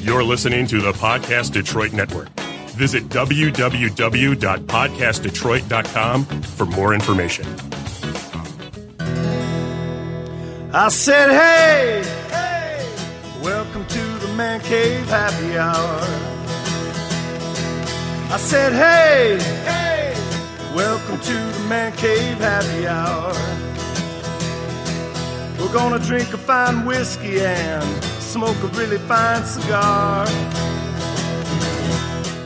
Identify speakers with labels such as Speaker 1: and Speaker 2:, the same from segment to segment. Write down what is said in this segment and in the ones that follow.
Speaker 1: You're listening to the Podcast Detroit Network. Visit www.podcastdetroit.com for more information.
Speaker 2: I said, hey, hey, welcome to the Man Cave Happy Hour. I said, hey, hey, welcome to the Man Cave Happy Hour. We're gonna drink a fine whiskey and smoke a really fine cigar.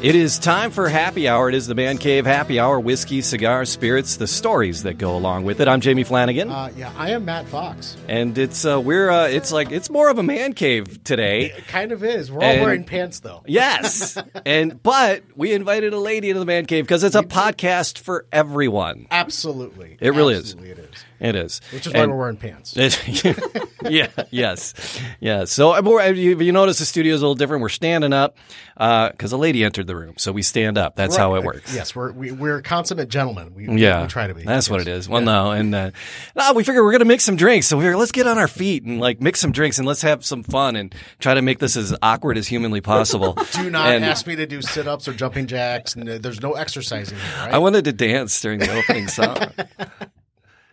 Speaker 3: It is time for happy hour. It is the Man Cave happy hour. Whiskey, cigars, spirits, the stories that go along with it. I'm Jamie Flanagan,
Speaker 4: Uh, yeah, I am Matt Fox.
Speaker 3: and it's uh, we're uh, it's like it's more of a man cave today.
Speaker 4: It kind of is. We're all
Speaker 3: And-
Speaker 4: wearing pants though.
Speaker 3: Yes, and but we invited a lady into the man cave because it's a podcast for everyone.
Speaker 4: Absolutely.
Speaker 3: It really is.
Speaker 4: Absolutely It is.
Speaker 3: It is,
Speaker 4: Which is why
Speaker 3: And-
Speaker 4: we're wearing pants.
Speaker 3: yeah, yes, yeah. So I'm more- you, you notice the studio's a little different. We're standing up because a lady entered the room, so we stand up. That's how it works.
Speaker 4: Yes, we're we, we're consummate gentlemen. We,
Speaker 3: Yeah,
Speaker 4: we try to be.
Speaker 3: That's what it is. Well, no, and uh, no, we figure we're gonna make some drinks, so we figure let's get on our feet and like mix some drinks and let's have some fun and try to make this as awkward as humanly possible.
Speaker 4: Do not
Speaker 3: And
Speaker 4: ask me to do sit ups or jumping jacks. And there's no exercising. Here, right?
Speaker 3: I wanted to dance during the opening song,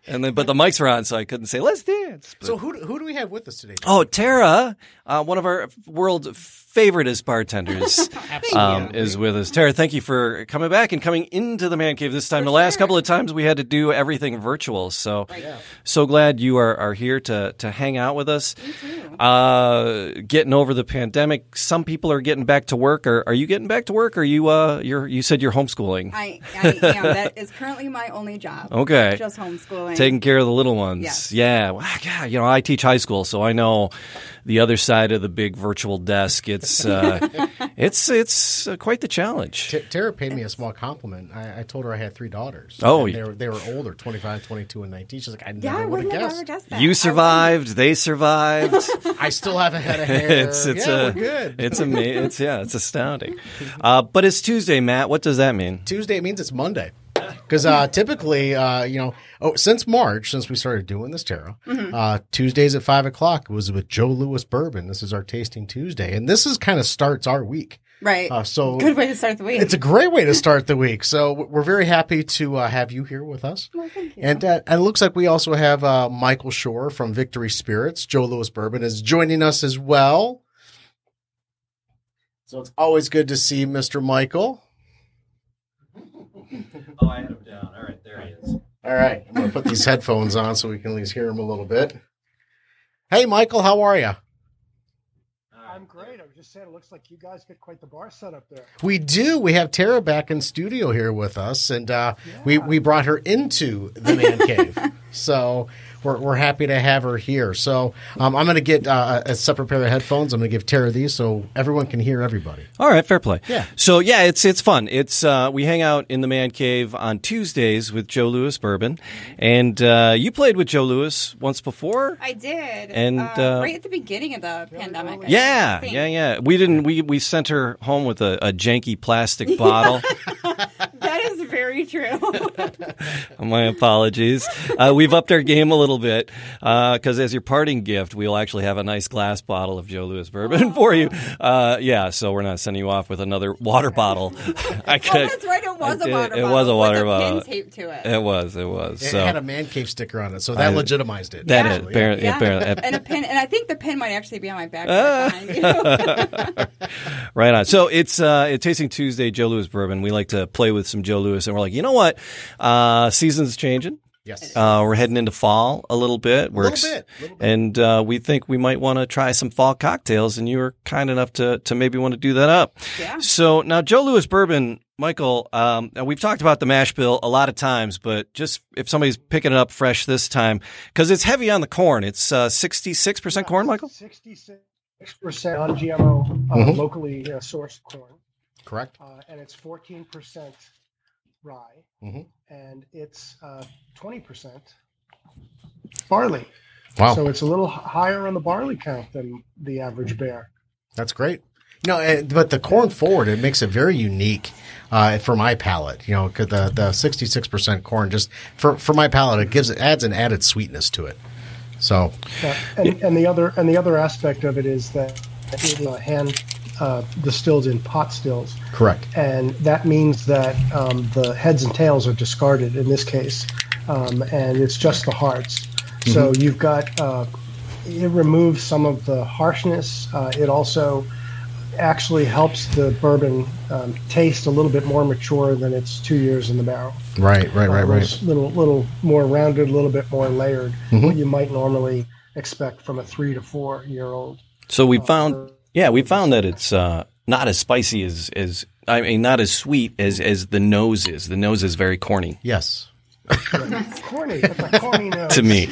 Speaker 3: and then but the mics were on, so I couldn't say let's dance.
Speaker 4: so who do- who do we have with us today?
Speaker 3: Oh, Tara, uh, one of our world favorite is bartenders, um, is with us. Tara, thank you for coming back and coming into the man cave this time. the last couple of times we had to do everything virtual, so so glad you are, are here to to hang out with us. Uh, getting over the pandemic, some people are getting back to work. Are, are you getting back to work? Or you uh, you're you said you're homeschooling,
Speaker 5: I, I am. That is currently my only job.
Speaker 3: Okay.
Speaker 5: Just homeschooling.
Speaker 3: taking care of the little ones.
Speaker 5: Yes.
Speaker 3: Yeah. Well, God, you know, I teach high school, so I know the other side of the big virtual desk. It's uh, it's it's uh, quite the challenge.
Speaker 4: T- Tara paid me a small compliment. I, I told her I had three daughters.
Speaker 3: Oh,
Speaker 4: And
Speaker 3: you-
Speaker 4: they were, they were older 25, 22, and 19. She's like, I
Speaker 5: yeah,
Speaker 4: never
Speaker 5: I
Speaker 4: would have
Speaker 5: wouldn't have
Speaker 4: guessed.
Speaker 5: ever guessed that. I
Speaker 3: You
Speaker 5: wouldn't-
Speaker 3: survived. They survived.
Speaker 4: I still haven't had a hair.
Speaker 3: It's it's uh,
Speaker 4: yeah,
Speaker 3: a
Speaker 4: we're good.
Speaker 3: it's ama- it's yeah it's astounding. Uh, but it's Tuesday, Matt. What does that mean?
Speaker 4: Tuesday it means it's Monday. Because uh, typically, uh, you know, oh, since March, since we started doing this tarot,
Speaker 5: Mm-hmm.
Speaker 4: uh, Tuesdays at five o'clock was with Joe Lewis Bourbon. This is our tasting Tuesday, and this is kind of starts our week.
Speaker 5: Right.
Speaker 4: Uh, so
Speaker 5: Good way to start the week.
Speaker 4: it's a great way to start the week. So w- we're very happy to uh, have you here with us. And, uh, and it looks like we also have uh, Michael Shore from Victory Spirits. Joe Lewis Bourbon is joining us as well. So it's always good to see Mr. Michael.
Speaker 3: Oh, I had him down. All right, there he is.
Speaker 4: All right, I'm gonna put these headphones on so we can at least hear him a little bit. Hey, Michael, how are you?
Speaker 6: I'm great. I was just saying, it looks like you guys get quite the bar set up there.
Speaker 4: We do. We have Tara back in studio here with us, and uh, we we brought her into the man cave. So we're we're happy to have her here. So um, I'm gonna get uh, a separate pair of headphones. I'm gonna give Tara these so everyone can hear everybody.
Speaker 3: All right, fair play.
Speaker 4: Yeah.
Speaker 3: So yeah, it's it's fun. It's uh, we hang out in the man cave on Tuesdays with Joe Lewis Bourbon, and uh, you played with Joe Lewis once before.
Speaker 5: I did.
Speaker 3: And,
Speaker 5: uh,
Speaker 3: uh,
Speaker 5: right at the beginning of the pandemic. I
Speaker 3: yeah,
Speaker 5: think.
Speaker 3: yeah, yeah. We didn't. We we sent her home with a, a janky plastic bottle.
Speaker 5: That is very true.
Speaker 3: My apologies. Uh, we've upped our game a little bit because as your parting gift, we'll actually have a nice glass bottle of Joe Lewis bourbon for you. Uh, yeah, so we're not sending you off with another water bottle. I
Speaker 5: oh,
Speaker 3: could-
Speaker 5: that's right. It was
Speaker 3: I
Speaker 5: a
Speaker 3: did-
Speaker 5: water
Speaker 3: It
Speaker 5: bottle.
Speaker 3: was a water
Speaker 5: with
Speaker 3: bottle.
Speaker 5: A pin taped to it.
Speaker 3: It was. It was.
Speaker 4: It
Speaker 3: so
Speaker 4: had a man cave sticker on it, so that legitimized it.
Speaker 3: that is
Speaker 4: actually.
Speaker 3: apparently,
Speaker 5: Yeah.
Speaker 3: apparently- uh, Ah.
Speaker 5: and a pin, and I think the pin might actually be on my backpack behind you.
Speaker 3: Right on. So it's uh, it's Tasting Tuesday, Joe Lewis bourbon. We like to play with some Joe Lewis, and we're like, you know what? Uh, season's changing.
Speaker 4: Yes.
Speaker 3: Uh, we're heading into fall a little bit. We're
Speaker 4: Little
Speaker 3: ex-
Speaker 4: bit, little bit.
Speaker 3: and uh, we think we might want to try some fall cocktails. And you were kind enough to to maybe want to do that up.
Speaker 5: Yeah.
Speaker 3: So now Joe Lewis bourbon, Michael. Um, and we've talked about the mash bill a lot of times, but just if somebody's picking it up fresh this time, because it's heavy on the corn. It's sixty six percent corn, Michael.
Speaker 6: Sixty-six percent non-GMO, uh,
Speaker 4: Mhm.
Speaker 6: locally uh, sourced corn,
Speaker 4: Correct.
Speaker 6: uh, and it's fourteen percent rye,
Speaker 4: Mhm.
Speaker 6: and it's uh, twenty percent barley.
Speaker 4: Wow.
Speaker 6: So it's a little h- higher on the barley count than the average bear.
Speaker 4: That's great. No, and, but the corn forward it makes it very unique uh, for my palate. You know, 'cause the the sixty six percent corn just for for my palate it gives it adds an added sweetness to it. So
Speaker 6: Yeah, and, and the other and the other aspect of it is that it is uh, hand uh, distilled in pot stills.
Speaker 4: Correct.
Speaker 6: and that means that um, the heads and tails are discarded in this case, um, and it's just the hearts. So you've got uh, it removes some of the harshness. Uh, it also actually helps the bourbon um, taste a little bit more mature than it's two years in the barrel.
Speaker 4: Right, right, right,
Speaker 6: Uh,
Speaker 4: right.
Speaker 6: it's Little, little more rounded, a little bit more layered. What you might normally expect from a three to four year old.
Speaker 3: So we found, yeah, we found that it's uh, not as spicy as as I mean, not as sweet as as the nose is. The nose is very corny
Speaker 4: Yes.
Speaker 6: Corny, that's a corny nose.
Speaker 3: to me.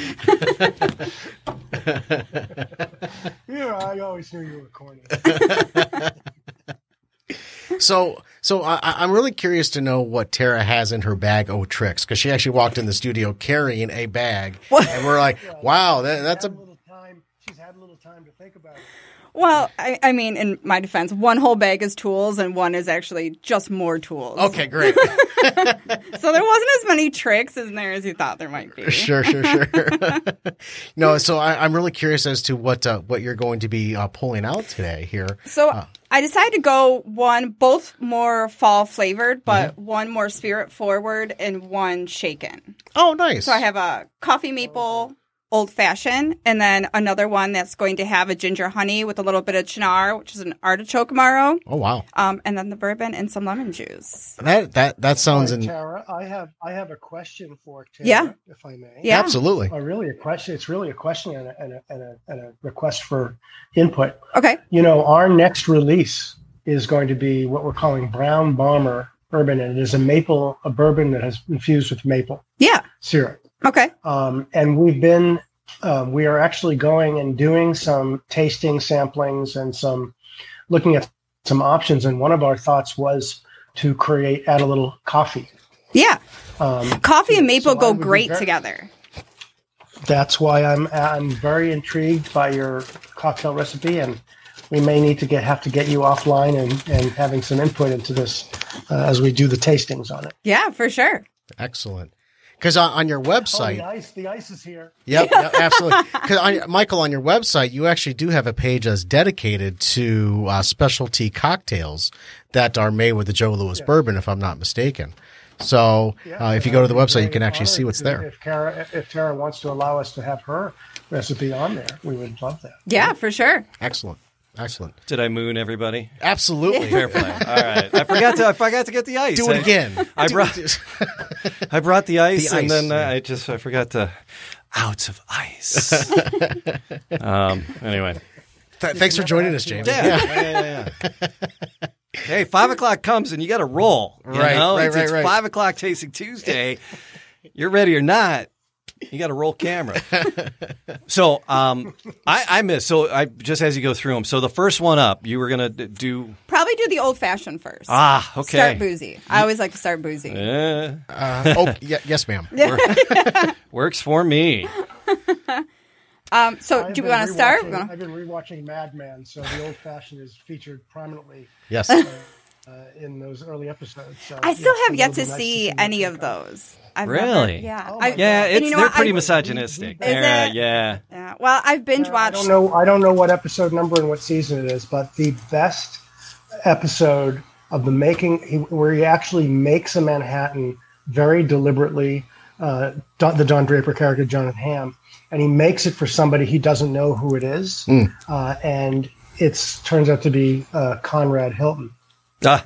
Speaker 6: Yeah, I always knew you were corny.
Speaker 4: So, so I, I- I'm really curious to know what Tara has in her bag of tricks because she actually walked in the studio carrying a bag, and we're like, "Wow, that, that's
Speaker 6: Had
Speaker 4: a
Speaker 6: a little time. She's had a little time to think about it.
Speaker 5: Well, I, I mean, in my defense, one whole bag is tools and one is actually just more tools.
Speaker 4: okay, great,
Speaker 5: So there wasn't as many tricks in there as you thought there might be.
Speaker 4: sure, sure, sure." no, so I, I'm really curious as to what uh, what you're going to be uh, pulling out today here.
Speaker 5: So I decided to go one, both more fall flavored, but
Speaker 6: Mm-hmm.
Speaker 5: one more spirit forward and one shaken.
Speaker 4: Oh, nice.
Speaker 5: So I have a coffee maple old fashioned, and then another one that's going to have a ginger honey with a little bit of chinar, which is an artichoke marrow,
Speaker 4: Oh, wow.
Speaker 5: um, and then the bourbon and some lemon juice.
Speaker 4: That that that sounds in
Speaker 6: Tara, I have I have a question for Tara,
Speaker 5: Yeah.
Speaker 6: if I may.
Speaker 5: Yeah.
Speaker 4: absolutely.
Speaker 6: Oh, really? A question? It's really a question and a, and, a, and, a, and a request for input.
Speaker 5: Okay.
Speaker 6: You know, our next release is going to be what we're calling Brown Bomber Bourbon, and it is a maple, a bourbon that has infused with maple
Speaker 5: Yeah.
Speaker 6: syrup.
Speaker 5: Okay.
Speaker 6: Um, and we've been, um, we are actually going and doing some tasting samplings and some looking at some options. And one of our thoughts was to create, add a little coffee.
Speaker 5: Yeah.
Speaker 6: Um,
Speaker 5: Coffee and maple
Speaker 6: So I
Speaker 5: go
Speaker 6: would be
Speaker 5: great
Speaker 6: very-
Speaker 5: together.
Speaker 6: that's why I'm I'm very intrigued by your cocktail recipe, and we may need to get have to get you offline and and having some input into this uh, as we do the tastings on it.
Speaker 5: Yeah, for sure.
Speaker 4: Excellent. Because on,
Speaker 5: Oh,
Speaker 4: on your website,
Speaker 6: ice, Oh, the ice is here.
Speaker 4: Yep, yep absolutely. Because Michael, on your website, you actually do have a page that's dedicated to uh, specialty cocktails that are made with the Joe Louis bourbon, if I'm not mistaken. So uh, if you go to the website, you can actually see what's there.
Speaker 6: If Tara if Tara wants to allow us to have her recipe on there, we would love that.
Speaker 5: Yeah, for sure.
Speaker 4: Excellent, excellent,
Speaker 3: Did I moon everybody?
Speaker 4: absolutely.
Speaker 3: Fair play. All right, I forgot to I forgot to get the ice.
Speaker 4: Do it
Speaker 3: I-
Speaker 4: again.
Speaker 3: I brought I brought the ice,
Speaker 4: The
Speaker 3: and
Speaker 4: ice,
Speaker 3: then uh, I just I forgot to out of ice. um. Anyway.
Speaker 4: Th- thanks for joining us, Jamie.
Speaker 3: Yeah. yeah, yeah, yeah. hey, five o'clock comes and you got to roll. You
Speaker 4: Right,
Speaker 3: know?
Speaker 4: right,
Speaker 3: it's, it's
Speaker 4: right, right.
Speaker 3: five o'clock Tasting Tuesday. You're ready or not. You got to roll camera. so um, I, I missed. So I just as you go through them. So the first one up, you were gonna d- do
Speaker 5: Probably do the old fashioned first.
Speaker 3: ah okay.
Speaker 5: Start boozy. I always like to start boozy.
Speaker 3: Eh,
Speaker 4: Uh, oh, y- yes, ma'am.
Speaker 3: works for me.
Speaker 5: Um, so,
Speaker 6: I've
Speaker 5: do we
Speaker 6: been
Speaker 5: want to start?
Speaker 6: rewatching-
Speaker 5: We wanna-
Speaker 6: I've been rewatching Mad Men, so the old fashioned is featured prominently
Speaker 4: Yes.
Speaker 6: uh, in those early episodes. So,
Speaker 5: I still
Speaker 6: yes,
Speaker 5: have
Speaker 6: it
Speaker 5: yet
Speaker 6: would
Speaker 5: to
Speaker 6: be nice
Speaker 5: see
Speaker 6: what
Speaker 5: any
Speaker 6: they
Speaker 5: of
Speaker 6: come.
Speaker 5: those. I've
Speaker 3: Really?
Speaker 5: Never, yeah. I-
Speaker 6: Oh my
Speaker 3: Yeah,
Speaker 6: God.
Speaker 5: and
Speaker 3: it's
Speaker 5: you know
Speaker 3: they're
Speaker 5: what?
Speaker 3: pretty
Speaker 5: I-
Speaker 3: misogynistic.
Speaker 5: Is
Speaker 3: Yeah,
Speaker 5: it?
Speaker 3: yeah.
Speaker 5: Yeah. Well, I've binge
Speaker 6: I
Speaker 5: watched.
Speaker 6: don't know. I don't know what episode number and what season it is, but the best episode of the making, he, where he actually makes a Manhattan very deliberately, uh, Don, the Don Draper character Jonathan Ham, and he makes it for somebody he doesn't know who it is, uh, and it's turns out to be uh, Conrad Hilton.
Speaker 3: Ah,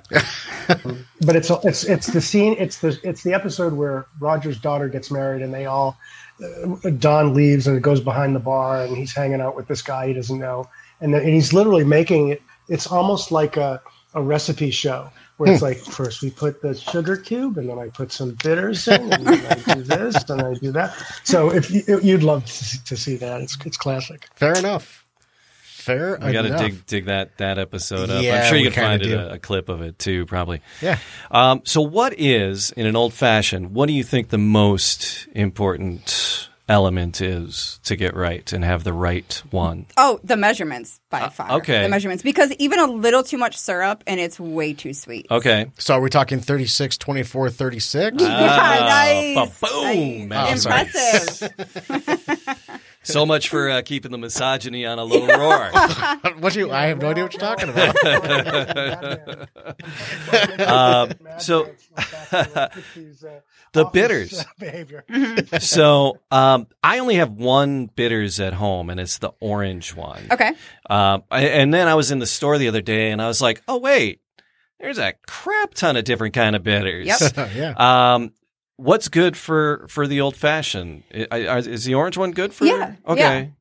Speaker 6: But it's it's it's the scene. It's the it's the episode where Roger's daughter gets married, and they all uh, Don leaves and goes behind the bar and he's hanging out with this guy he doesn't know. And, then- and he's literally making it, it's almost like a, a recipe show where it's like, first we put the sugar cube and then I put some bitters in and then I do this and I do that. So if you, you'd love to see, to see that, it's, it's classic.
Speaker 4: Fair enough. Fair
Speaker 3: we got to
Speaker 4: enough.
Speaker 3: dig dig that that episode up. I'm
Speaker 4: Yeah,
Speaker 3: sure you
Speaker 4: we
Speaker 3: can find it,
Speaker 4: kinda do.
Speaker 3: a, a clip of it too, probably.
Speaker 4: Yeah.
Speaker 3: Um, so, what is in an old fashioned? What do you think the most important element is to get right and have the right one?
Speaker 5: Oh, the measurements by far.
Speaker 3: Uh, okay.
Speaker 5: The measurements because even a little too much syrup and it's way too sweet.
Speaker 3: Okay,
Speaker 4: So are we talking 36, 24, 36?
Speaker 5: Yeah, nice.
Speaker 3: Ah. ba-boom.
Speaker 5: Nice.
Speaker 3: Oh, sorry.
Speaker 5: Impressive.
Speaker 3: So much for uh, keeping the misogyny on a low roar.
Speaker 4: what you? I have no idea what you're talking about.
Speaker 6: um,
Speaker 3: so- The bitters.
Speaker 6: behavior.
Speaker 3: So um, I only have one bitters at home, and it's the orange one.
Speaker 5: Okay.
Speaker 3: Um, I- and then I was in the store the other day, and I was like, "Oh wait, there's a crap ton of different kind of bitters."
Speaker 5: Yep.
Speaker 4: yeah.
Speaker 3: Um, what's good for for the old fashioned? I- I- Is the orange one good for?
Speaker 5: Yeah,
Speaker 3: Okay.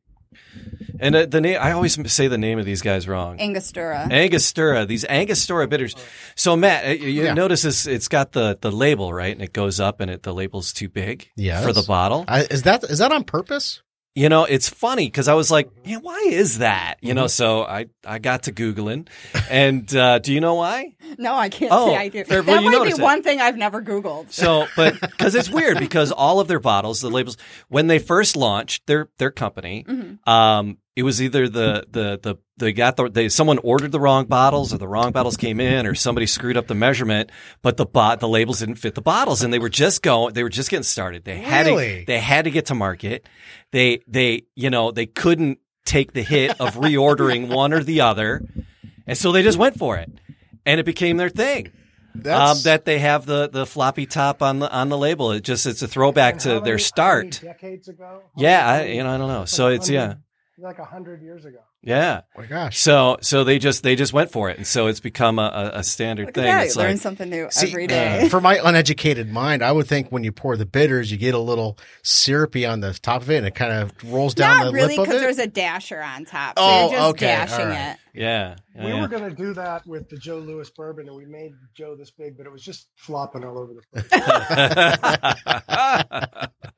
Speaker 3: And uh, the name I always m- say the name of these guys wrong.
Speaker 5: Angostura.
Speaker 3: Angostura, these Angostura bitters. So Matt, uh, you you
Speaker 4: Yeah.
Speaker 3: notice this, it's got the, the label right, and it goes up, and it the label's too big
Speaker 4: Yes.
Speaker 3: for the bottle.
Speaker 4: I, is that is that on purpose?
Speaker 3: You know, it's funny because I was like, "Yeah, why is that?" You know, so I I got to googling, and uh, do you know why?
Speaker 5: no, I can't
Speaker 3: Oh,
Speaker 5: say I do.
Speaker 3: fair- well,
Speaker 5: that
Speaker 3: you
Speaker 5: might be
Speaker 3: noticed it.
Speaker 5: one thing I've never Googled.
Speaker 3: So, but because it's weird, because all of their bottles, the labels, when they first launched their their company, um, it was either the the the they got the they someone ordered the wrong bottles, or the wrong bottles came in, or somebody screwed up the measurement, but the bot the labels didn't fit the bottles, and they were just going, they were just getting started. They had
Speaker 4: Really?
Speaker 3: to they had to get to market. They they you know they couldn't take the hit of reordering one or the other, and so they just went for it, and it became their thing um, that they have the, the floppy top on the on the label. It just it's a throwback to their start.
Speaker 6: Decades ago.
Speaker 3: Yeah, I, you know I don't know. So it's yeah,
Speaker 6: Like a hundred years ago.
Speaker 3: yeah.
Speaker 4: oh my gosh.
Speaker 3: So so they just they just went for it, and so it's become a, a, a standard
Speaker 5: Look at
Speaker 3: thing.
Speaker 5: that.
Speaker 3: It's
Speaker 5: you learn
Speaker 3: like uh,
Speaker 5: something new
Speaker 4: See,
Speaker 5: every day.
Speaker 4: for my uneducated mind, I would think when you pour the bitters, you get a little syrupy on the top of it, and it kind of rolls down
Speaker 5: Not
Speaker 4: the
Speaker 5: really,
Speaker 4: lip of
Speaker 5: because
Speaker 4: it.
Speaker 5: there's a dasher on top. So
Speaker 4: Oh,
Speaker 5: you're just
Speaker 4: okay,
Speaker 5: dashing
Speaker 4: all right.
Speaker 5: it.
Speaker 3: yeah, yeah,
Speaker 6: We
Speaker 3: yeah.
Speaker 6: were going to do that with the Joe Lewis bourbon, and we made Joe this big, but it was just flopping all over the place.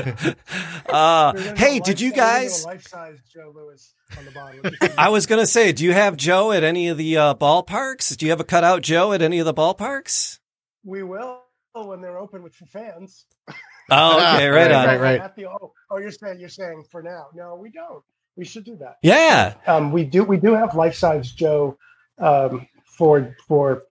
Speaker 3: Uh,
Speaker 6: We were gonna do
Speaker 3: hey,
Speaker 6: a
Speaker 3: did you
Speaker 6: life- we were gonna do
Speaker 3: guys?
Speaker 6: a life-size Joe Lewis on the bottom?
Speaker 3: I was gonna say, do you have Joe at any of the uh, ballparks? Do you have a cutout Joe at any of the ballparks?
Speaker 6: we will when they're open with for fans.
Speaker 3: Oh, okay, right
Speaker 4: Right,
Speaker 3: on.
Speaker 4: right, right.
Speaker 6: At the- oh, oh, you're saying you're saying for now? No, we don't. We should do that.
Speaker 3: Yeah,
Speaker 6: Um, we do we do have life-size Joe um, for for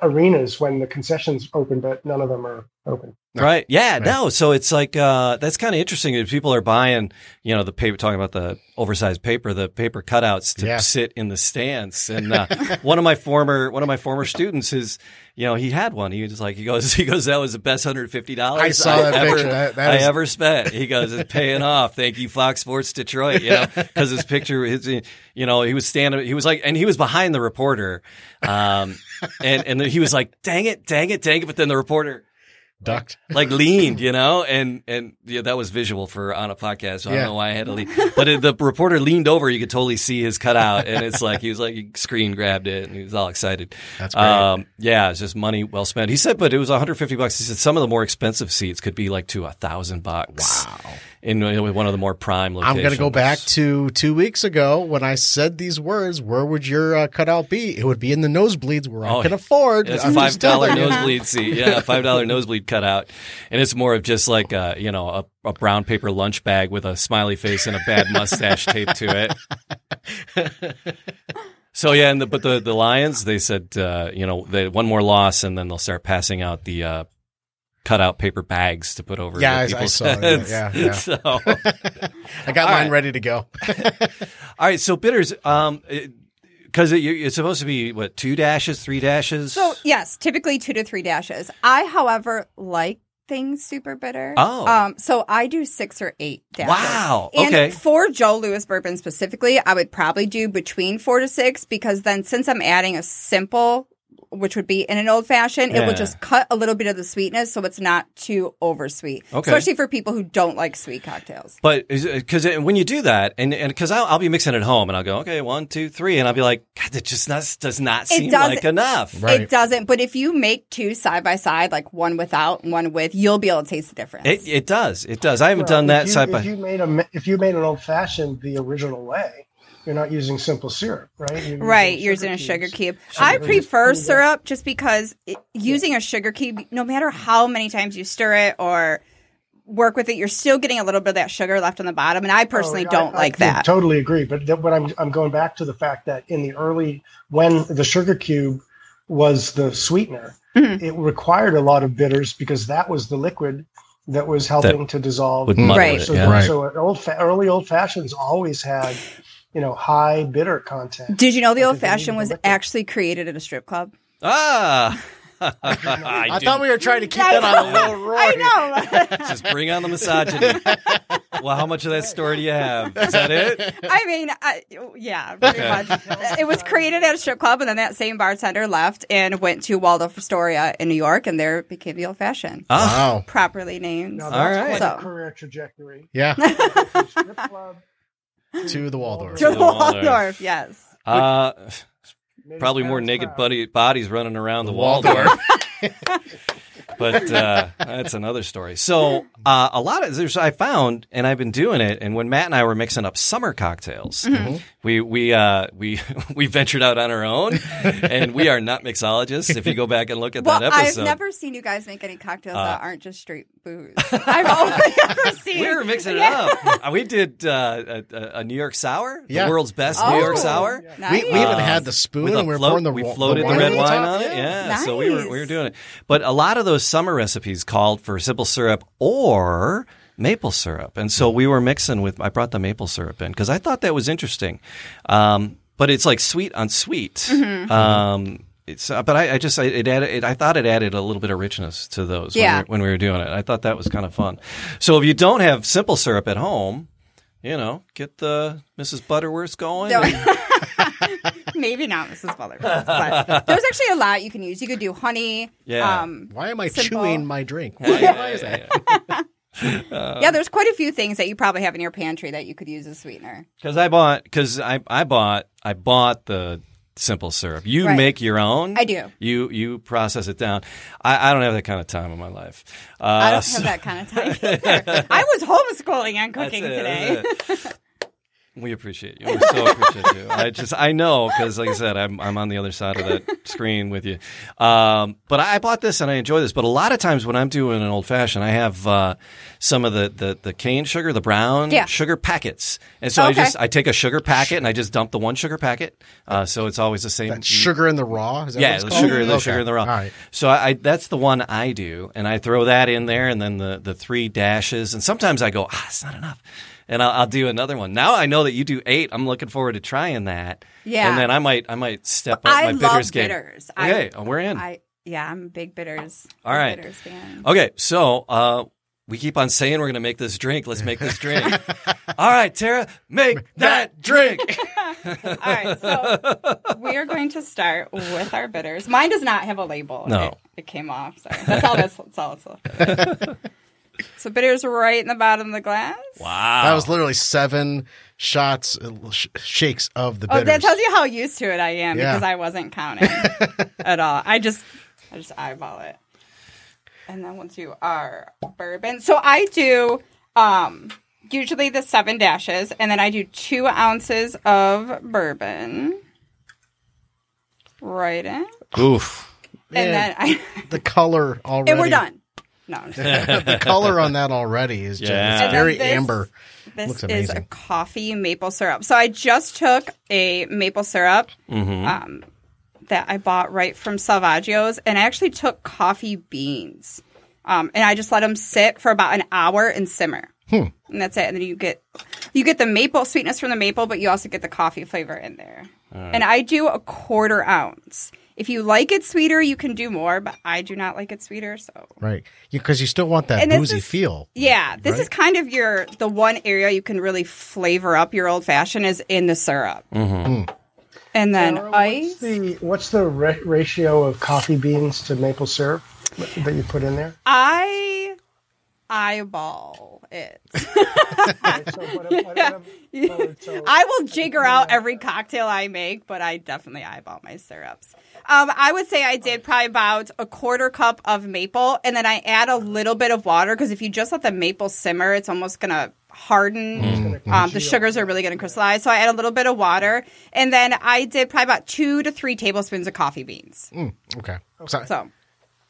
Speaker 6: arenas when the concessions open, but none of them are open.
Speaker 3: Right. Yeah.
Speaker 4: Right.
Speaker 3: No. So it's like uh, that's kind of interesting. If people are buying, you know, the paper. Talking about the oversized paper, the paper cutouts to
Speaker 4: Yeah.
Speaker 3: sit in the stands. And uh, one of my former one of my former students, his, you know, he had one. He was like, he goes, he goes, that was the best hundred fifty dollars
Speaker 4: I saw that picture. That- that
Speaker 3: I
Speaker 4: is-
Speaker 3: ever spent. He goes, it's paying off. Thank you, Fox Sports Detroit. You know, because his picture, his, you know, he was standing, he was like, and he was behind the reporter, um, and and he was like, dang it, dang it, dang it. But then the reporter
Speaker 4: ducked.
Speaker 3: like leaned, you know, and and yeah, that was visual for on a podcast. So I
Speaker 4: Yeah.
Speaker 3: don't know why I had to lean, but it, the reporter leaned over. You could totally see his cutout, and it's like he was like he screen grabbed it, and he was all excited.
Speaker 4: That's great.
Speaker 3: um, yeah, it's just money well spent. He said, but it was 150 bucks. He said some of the more expensive seats could be like to a thousand bucks. Wow. In uh, one of the more prime
Speaker 4: I'm
Speaker 3: locations.
Speaker 4: going to go back to two weeks ago when I said these words. Where would your uh, cutout be? It would be in the nosebleeds where
Speaker 3: Oh,
Speaker 4: I can afford.
Speaker 3: It's
Speaker 4: I'm
Speaker 3: five
Speaker 4: just
Speaker 3: dollar
Speaker 4: telling you.
Speaker 3: nosebleed seat. Yeah, five dollar nosebleed cutout, and it's more of just like a you know a, a brown paper lunch bag with a smiley face and a bad mustache taped to it. So yeah, and the, but the the Lions they said uh, you know they, one more loss and then they'll start passing out the uh, cutout paper bags to put over
Speaker 4: Yeah, I- I
Speaker 3: the people's
Speaker 4: saw that.
Speaker 3: heads.
Speaker 4: Yeah, yeah.
Speaker 3: So all
Speaker 4: I got
Speaker 3: All right.
Speaker 4: mine ready to go.
Speaker 3: right, so bitters. Um, because it, it's supposed to be what two dashes, three dashes.
Speaker 5: So yes, typically two to three dashes. I, however, like things super bitter.
Speaker 3: Oh.
Speaker 5: um, so I do six or eight dashes.
Speaker 3: Wow,
Speaker 5: And
Speaker 3: okay.
Speaker 5: for Joe Lewis bourbon specifically, I would probably do between four to six because then since I'm adding a simple. Which would be in an old fashioned, it
Speaker 3: Yeah.
Speaker 5: would just cut a little bit of the sweetness so it's not too oversweet.
Speaker 3: Okay.
Speaker 5: Especially for people who don't like sweet cocktails.
Speaker 3: But because when you do that, and and because I'll, I'll be mixing at home, and I'll go okay one two three, and I'll be like, God, that just not, does not seem
Speaker 5: doesn't-
Speaker 3: like enough.
Speaker 4: Right.
Speaker 5: It doesn't, but if you make two side by side, like one without and one with, you'll be able to taste the difference.
Speaker 3: It it does it does. I haven't
Speaker 6: Well,
Speaker 3: done
Speaker 6: if
Speaker 3: that
Speaker 6: you-
Speaker 3: side
Speaker 6: if
Speaker 3: by.
Speaker 6: you made a if you made an old fashioned the original way, you're not using simple syrup, right? You're
Speaker 5: Right, yours in a
Speaker 6: cubes.
Speaker 5: sugar cube. I prefer syrup just because it, using a sugar cube, no matter how many times you stir it or work with it, you're still getting a little bit of that sugar left on the bottom. And I personally
Speaker 6: Oh, yeah,
Speaker 5: don't
Speaker 6: I- I
Speaker 5: like
Speaker 6: do
Speaker 5: that.
Speaker 6: Totally agree. But that, but I'm I'm going back to the fact that in the early when the sugar cube
Speaker 5: Mm-hmm.
Speaker 6: was the sweetener, it required a lot of bitters because that was the liquid that was helping to dissolve.
Speaker 3: would muddle
Speaker 5: Right.
Speaker 3: it.
Speaker 6: So,
Speaker 3: Yeah.
Speaker 4: Right.
Speaker 6: so an old fa- early old fashions always had, you know, high bitter content.
Speaker 5: Did you know the
Speaker 6: Because
Speaker 5: old
Speaker 6: they needed
Speaker 5: fashioned
Speaker 6: the
Speaker 5: was
Speaker 6: liquor.
Speaker 5: actually created at a strip club?
Speaker 3: Ah. I,
Speaker 4: I thought we were trying to keep
Speaker 5: I
Speaker 4: that on a low roar.
Speaker 5: I know.
Speaker 3: just bring on the misogyny. well, how much of that story do you have? Is that it?
Speaker 5: I mean, I, yeah, pretty
Speaker 3: Okay.
Speaker 5: much. It was created at a strip club, and then that same bartender left and went to Waldorf Astoria in New York, and there became the old fashioned,
Speaker 3: Ah,
Speaker 4: Wow.
Speaker 5: properly named.
Speaker 6: Now
Speaker 3: All
Speaker 6: that's
Speaker 3: right.
Speaker 6: quite a
Speaker 5: So-
Speaker 6: career trajectory.
Speaker 4: Yeah.
Speaker 6: Strip club,
Speaker 4: to the Waldorf.
Speaker 5: To
Speaker 3: To Waldorf.
Speaker 5: Waldorf, yes.
Speaker 3: uh,
Speaker 6: made his
Speaker 3: probably more
Speaker 6: parents
Speaker 3: naked
Speaker 6: proud.
Speaker 3: buddy, bodies running around the Waldorf. but uh, that's another story. So uh, a lot of there's I found, and I've been doing it. And when Matt and I were mixing up summer cocktails,
Speaker 5: Mm-hmm.
Speaker 3: we we uh, we we ventured out on our own, and we are not mixologists. If you go back and look at
Speaker 5: Well,
Speaker 3: that
Speaker 5: I've
Speaker 3: episode,
Speaker 5: never seen you guys make any cocktails that aren't just straight booze. I've only ever seen.
Speaker 3: we were mixing it up. Uh, We did uh, a- a, a New York sour,
Speaker 4: Yeah.
Speaker 3: the world's best
Speaker 5: Oh,
Speaker 3: New York sour.
Speaker 5: Nice.
Speaker 4: We, we even
Speaker 3: Uh,
Speaker 4: had the spoon
Speaker 3: With a
Speaker 4: and we were
Speaker 3: float-
Speaker 4: pouring the,
Speaker 3: we
Speaker 4: wa- the
Speaker 3: floated the,
Speaker 4: wine
Speaker 3: red
Speaker 4: on
Speaker 3: wine
Speaker 4: top.
Speaker 3: on it. Yeah, so we were we were
Speaker 5: Nice.
Speaker 3: doing it. But a lot of those summer recipes called for simple syrup or maple syrup, and so we were mixing with. I brought the maple syrup in because I thought that was interesting. Um, but it's like sweet on sweet.
Speaker 5: Mm-hmm.
Speaker 3: Um, it's, uh, but I, I just I, it added it, I thought it added a little bit of richness to those
Speaker 5: Yeah.
Speaker 3: when, we, when we were doing it. I thought that was kind of fun. So if you don't have simple syrup at home, you know, get the Mrs. Butterworths going.
Speaker 5: No.
Speaker 3: and-
Speaker 5: Maybe not Mrs. Butterworth, but there's actually a lot you can use. You could do honey.
Speaker 3: Yeah.
Speaker 5: Um,
Speaker 4: Why am I
Speaker 5: Simple.
Speaker 4: chewing my drink? Why,
Speaker 3: Yeah, yeah,
Speaker 4: why is that?
Speaker 3: yeah.
Speaker 5: yeah, there's quite a few things that you probably have in your pantry that you could use as sweetener.
Speaker 3: Because I bought, because I, I bought, I bought the simple syrup. You
Speaker 5: Right.
Speaker 3: make your own.
Speaker 5: I do.
Speaker 3: You you process it down. I, I don't have that kind of time in my life. Uh,
Speaker 5: I don't have that kind of time either. I was homeschooling and cooking today.
Speaker 3: We appreciate you. We so appreciate you. I just I know because like I said, I'm I'm on the other side of that screen with you. Um, but I bought this and I enjoy this. But a lot of times when I'm doing an old fashioned, I have uh, some of the, the the cane sugar, the brown
Speaker 5: Yeah.
Speaker 3: sugar packets, and so
Speaker 5: Okay.
Speaker 3: I just I take a sugar packet and I just dump the one sugar packet. Uh, so it's always the same.
Speaker 4: Sugar in the raw? Is that what
Speaker 3: Yeah,
Speaker 4: it's
Speaker 3: the
Speaker 4: called?
Speaker 3: sugar, the
Speaker 4: Okay.
Speaker 3: sugar in the raw.
Speaker 4: All right.
Speaker 3: So I, I that's the one I do, and I throw that in there, and then the the three dashes, and sometimes I go, ah, it's not enough, and I'll, I'll do another one. Now I know that you do eight. I'm looking forward to trying that.
Speaker 5: Yeah.
Speaker 3: and then I might I might step up my
Speaker 5: I
Speaker 3: bitters
Speaker 5: love
Speaker 3: game.
Speaker 5: bitters.
Speaker 3: Okay, oh,
Speaker 5: I,
Speaker 3: we're in.
Speaker 5: I yeah, I'm a big bitters.
Speaker 3: All
Speaker 5: big
Speaker 3: right.
Speaker 5: bitters fan.
Speaker 3: Okay, so uh, we keep on saying we're going to make this drink. Let's make this drink. All right, Tara, make that drink.
Speaker 5: All right, so we are going to start with our bitters. Mine does not have a label.
Speaker 3: No.
Speaker 5: it, it came off. Sorry, that's all. That's, that's all. It's left. so bitters are right in the bottom of the glass.
Speaker 3: Wow,
Speaker 4: That was literally seven shots, uh, sh- shakes of the
Speaker 5: Oh,
Speaker 4: bitters.
Speaker 5: that tells you how used to it I am
Speaker 4: Yeah.
Speaker 5: because I wasn't counting at all. I just, I just eyeball it, and then we'll do our bourbon. So I do um usually the seven dashes, and then I do two ounces of bourbon. Right in,
Speaker 3: oof.
Speaker 5: and
Speaker 4: Man,
Speaker 5: then I,
Speaker 4: the color already.
Speaker 5: and we're done. No, I'm just kidding.
Speaker 4: the color on that already is just
Speaker 3: Yeah.
Speaker 4: it's
Speaker 5: And then
Speaker 4: very
Speaker 5: this-
Speaker 4: amber.
Speaker 5: This
Speaker 4: Looks
Speaker 5: is a
Speaker 4: amazing.
Speaker 5: coffee maple syrup. So I just took a maple syrup um, that I bought right from Salvaggio's, and I actually took coffee beans, um, and I just let them sit for about an hour and simmer,
Speaker 4: Hmm.
Speaker 5: and that's it. And then you get you get the maple sweetness from the maple, but you also get the coffee flavor in there. And I do a quarter ounce. If you like it sweeter, you can do more, but I do not like it sweeter, so
Speaker 4: Right. Because you still want that
Speaker 5: And this
Speaker 4: boozy
Speaker 5: is-
Speaker 4: feel.
Speaker 5: yeah, this is kind of your the one area you can really flavor up your old fashioned is in the syrup, and then
Speaker 6: Sarah, What's
Speaker 5: ice.
Speaker 6: the, what's the ra- ratio of coffee beans to maple syrup that you put in there?
Speaker 5: I eyeball it.
Speaker 6: So what- what- um, what- what- so-
Speaker 5: I will jigger out every cocktail I make, but I definitely eyeball my syrups. Um, I would say I did probably about a quarter cup of maple, and then I add a little bit of water because if you just let the maple simmer, it's almost gonna harden.
Speaker 4: Mm.
Speaker 5: Um, the sugars are really gonna crystallize, so I add a little bit of water, and then I did probably about two to three tablespoons of coffee beans.
Speaker 4: Mm. Okay. So,
Speaker 5: Oh, So.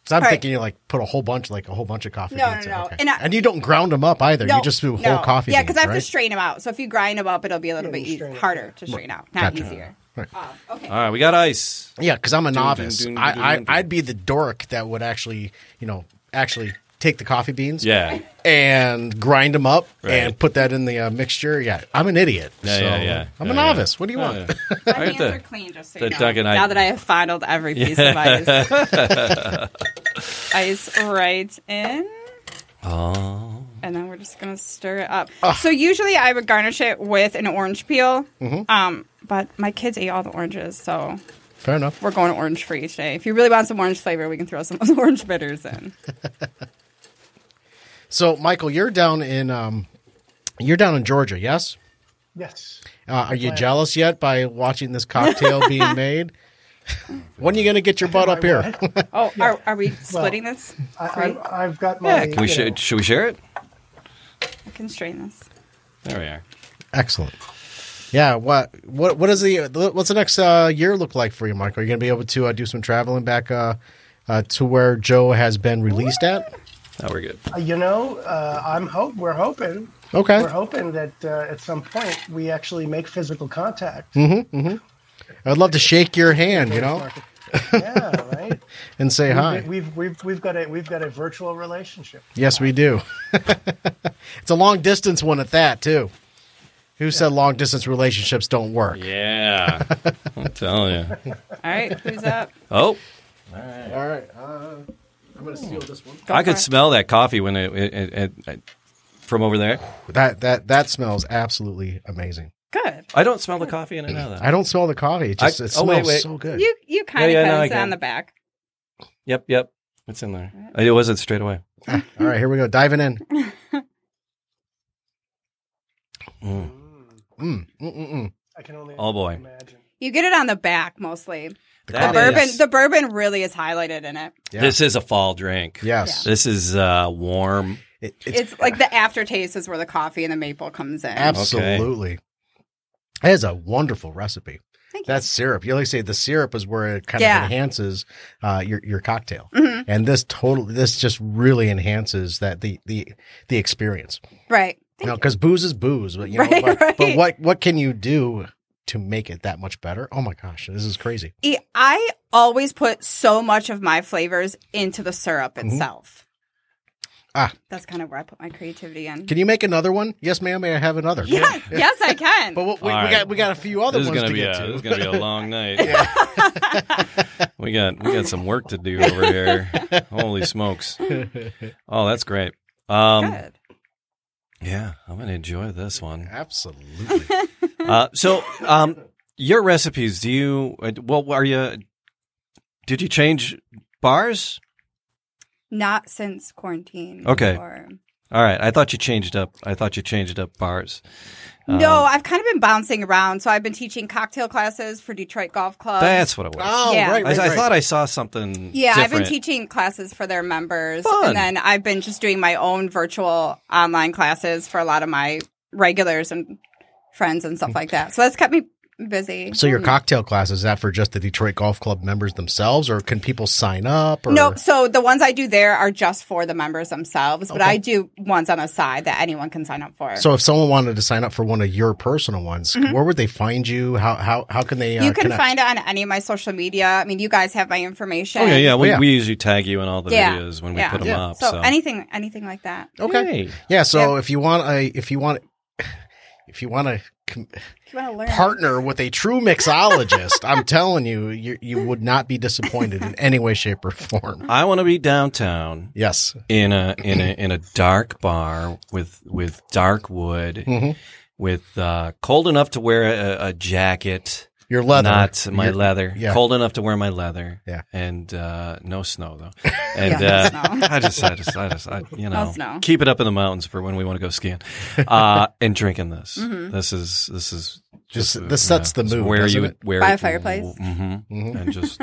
Speaker 4: so I'm
Speaker 5: right.
Speaker 4: thinking you like put a whole bunch, like a whole bunch of coffee
Speaker 5: No,
Speaker 4: beans.
Speaker 5: no,
Speaker 4: in.
Speaker 5: no.
Speaker 4: Okay.
Speaker 5: And
Speaker 4: And,
Speaker 5: I-
Speaker 4: you don't ground them up either. you just do whole
Speaker 5: no.
Speaker 4: coffee
Speaker 5: yeah,
Speaker 4: beans.
Speaker 5: because I have
Speaker 4: right?
Speaker 5: to strain them out. So if you grind them up, it'll be a little bit
Speaker 6: you
Speaker 5: easier,
Speaker 6: strain it.
Speaker 5: harder to strain out, not
Speaker 4: Gotcha.
Speaker 5: easier.
Speaker 4: Right.
Speaker 5: Um, okay.
Speaker 3: All right, we got ice.
Speaker 4: Yeah, because I'm a novice.
Speaker 3: dun, dun,
Speaker 4: I,
Speaker 3: dun,
Speaker 4: I
Speaker 3: dun, dun.
Speaker 4: I'd be the dork that would actually, you know, actually take the coffee beans,
Speaker 3: Yeah.
Speaker 4: and grind them up and
Speaker 3: Right.
Speaker 4: put that in the uh, mixture. Yeah, I'm an idiot.
Speaker 3: Yeah,
Speaker 4: so,
Speaker 3: yeah, yeah.
Speaker 4: I'm
Speaker 3: Yeah,
Speaker 4: a
Speaker 3: yeah.
Speaker 4: novice. What do you want?
Speaker 5: My
Speaker 3: Right
Speaker 5: hands
Speaker 3: there.
Speaker 5: are clean, just so
Speaker 3: The
Speaker 5: you know.
Speaker 3: Duncan I-
Speaker 5: now that I have fondled every piece of ice. ice right in.
Speaker 3: Oh.
Speaker 5: And then we're just going to stir it up. So usually I would garnish it with an orange peel. Um, but my kids ate all the oranges, so
Speaker 4: Fair enough.
Speaker 5: we're going orange free today. If you really want some orange flavor, we can throw some orange bitters in.
Speaker 4: So, Michael, you're down in um, you're down in Georgia, yes?
Speaker 6: Yes.
Speaker 4: Uh, are you jealous yet by watching this cocktail being made? when are you going to get your butt up here?
Speaker 5: Oh, are, are we splitting this?
Speaker 6: I,
Speaker 5: Three?
Speaker 6: I, I've got my.
Speaker 3: Yeah. Can we
Speaker 6: you know,
Speaker 3: sh- should we share it?
Speaker 5: I can strain this.
Speaker 3: There we are.
Speaker 4: Excellent. Yeah. What what what is the what's the next uh, year look like for you, Michael? Are you going to be able to uh, do some traveling back uh, uh, to where Joe has been released at?
Speaker 3: Now Oh, we're good.
Speaker 6: uh, you know, uh, I'm hope we're hoping
Speaker 4: Okay.
Speaker 6: we're hoping that uh, at some point we actually make physical contact.
Speaker 4: I'd love to shake your hand, you know,
Speaker 6: Yeah, right.
Speaker 4: and say hi.
Speaker 6: We- We've we've we've got a we've got a virtual relationship.
Speaker 4: Yes, we do. it's a long distance one at that too. Who said long distance relationships don't work?
Speaker 3: Yeah. I'm telling you.
Speaker 5: All right, who's up?
Speaker 3: Oh,
Speaker 4: All right. Uh, I'm going to steal this one.
Speaker 5: Go
Speaker 3: I
Speaker 5: for
Speaker 3: could
Speaker 5: it.
Speaker 3: smell that coffee when it, it, it, it, it from over there.
Speaker 4: That that that smells absolutely amazing.
Speaker 5: Good.
Speaker 3: I don't smell the coffee in it now, though.
Speaker 4: I don't smell the coffee. It just
Speaker 3: I-
Speaker 4: it
Speaker 3: oh, wait,
Speaker 4: smells
Speaker 3: wait.
Speaker 4: so good.
Speaker 5: You you kind of
Speaker 3: yeah,
Speaker 5: yeah,
Speaker 3: no, I
Speaker 5: it
Speaker 3: can.
Speaker 5: on the back.
Speaker 3: Yep, yep. It's in there. It wasn't straight away.
Speaker 4: All right, here we go. Diving in.
Speaker 3: Mm.
Speaker 4: Mm, mm, mm, mm.
Speaker 6: I can only
Speaker 3: Oh, boy.
Speaker 6: imagine.
Speaker 5: You get it on the back mostly. The
Speaker 3: That
Speaker 5: bourbon
Speaker 3: is-
Speaker 5: the bourbon really is highlighted in it.
Speaker 4: Yeah.
Speaker 3: This is a fall drink.
Speaker 4: yes.
Speaker 3: This is uh, warm.
Speaker 4: It- it's,
Speaker 5: It's, like the aftertaste is where the coffee and the maple comes in.
Speaker 4: absolutely. That is a wonderful recipe.
Speaker 5: Thank you.
Speaker 4: That syrup, you like say the syrup is where it kind
Speaker 5: Yeah. Mm-hmm.
Speaker 4: of enhances uh, your your cocktail, and this total this just really enhances that the the the experience.
Speaker 5: Right.
Speaker 4: You know, because booze is booze, but you know,
Speaker 5: Right,
Speaker 4: but,
Speaker 5: right.
Speaker 4: but what what can you do to make it that much better? Oh my gosh, this is crazy.
Speaker 5: E- I always put so much of my flavors into the syrup itself.
Speaker 4: Ah.
Speaker 5: That's kind of where I put my creativity in.
Speaker 4: Can you make another one? Yes, ma'am. May I have another?
Speaker 5: yes, yes, I can.
Speaker 4: But what, we,
Speaker 3: All
Speaker 4: we
Speaker 3: right.
Speaker 4: got we got a few other
Speaker 3: This is
Speaker 4: ones
Speaker 3: gonna
Speaker 4: to
Speaker 3: be
Speaker 4: get
Speaker 3: a
Speaker 4: to.
Speaker 3: this is gonna be a long night. we got we got some work to do over here. Holy smokes! Oh, that's great. Um,
Speaker 5: Good.
Speaker 3: yeah, I'm gonna enjoy this one.
Speaker 4: Absolutely.
Speaker 3: Uh, so, um, your recipes? Do you? uh, Well, are you? Did you change bars?
Speaker 5: Not since quarantine.
Speaker 3: Okay.
Speaker 5: or-
Speaker 3: All right, I thought you changed up. I thought you changed up bars.
Speaker 5: no, I've kind of been bouncing around. So I've been teaching cocktail classes for Detroit Golf Club.
Speaker 3: That's what it was.
Speaker 4: Oh,
Speaker 5: Yeah.
Speaker 4: right,
Speaker 3: I,
Speaker 4: right,
Speaker 3: I
Speaker 4: right.
Speaker 3: thought I saw something.
Speaker 5: uh, Yeah, I've been
Speaker 3: different.
Speaker 5: teaching classes for their members.
Speaker 3: Fun.
Speaker 5: And then I've been just doing my own virtual online classes for a lot of my regulars and friends and
Speaker 3: Mm.
Speaker 5: stuff like that. So that's kept me busy.
Speaker 4: So your cocktail class is that for just the Detroit Golf Club members themselves, or can people sign up? Or
Speaker 5: Nope. So the ones I do there are just for the members themselves, but I do ones on the side that anyone can sign up for.
Speaker 4: So if someone wanted to sign up for one of your personal ones, where would they find you? How how how can they? Uh,
Speaker 5: Mm-hmm. you can
Speaker 4: connect?
Speaker 5: find it on any of my social media. I mean, you guys have my information.
Speaker 3: Oh yeah, yeah. We,
Speaker 4: Yeah.
Speaker 3: we usually tag you in all the
Speaker 5: Yeah.
Speaker 3: videos when we
Speaker 5: Yeah.
Speaker 3: put them
Speaker 4: Yeah.
Speaker 3: up. So,
Speaker 5: So, anything, anything like that.
Speaker 4: Okay.
Speaker 3: Hey.
Speaker 4: Yeah. So if you want a if you want if you want to com-
Speaker 5: If you want to learn,
Speaker 4: partner with a true mixologist, I'm telling you, you you would not be disappointed in any way, shape, or form.
Speaker 3: I want to be downtown
Speaker 4: Yes.
Speaker 3: in a in a in a dark bar with with dark wood,
Speaker 4: Mhm.
Speaker 3: with uh, cold enough to wear a, a jacket,
Speaker 4: Your leather,
Speaker 3: not my
Speaker 4: Your-
Speaker 3: leather,
Speaker 4: yeah.
Speaker 3: cold enough to wear my leather,
Speaker 4: Yeah.
Speaker 3: and uh, no snow though, and
Speaker 5: Yeah, no
Speaker 3: uh,
Speaker 5: snow.
Speaker 3: I just I just I just I, you know
Speaker 5: snow.
Speaker 3: keep it up in the mountains for when we want to go skiing, uh, and drinking this. This is this is.
Speaker 4: Mm-hmm. Just-
Speaker 3: Just, uh,
Speaker 4: this sets the
Speaker 3: this is
Speaker 4: mood,
Speaker 3: Where
Speaker 4: doesn't
Speaker 3: you would
Speaker 4: it?
Speaker 3: where
Speaker 5: By a fireplace.
Speaker 3: hmm
Speaker 4: Mhm.
Speaker 3: and just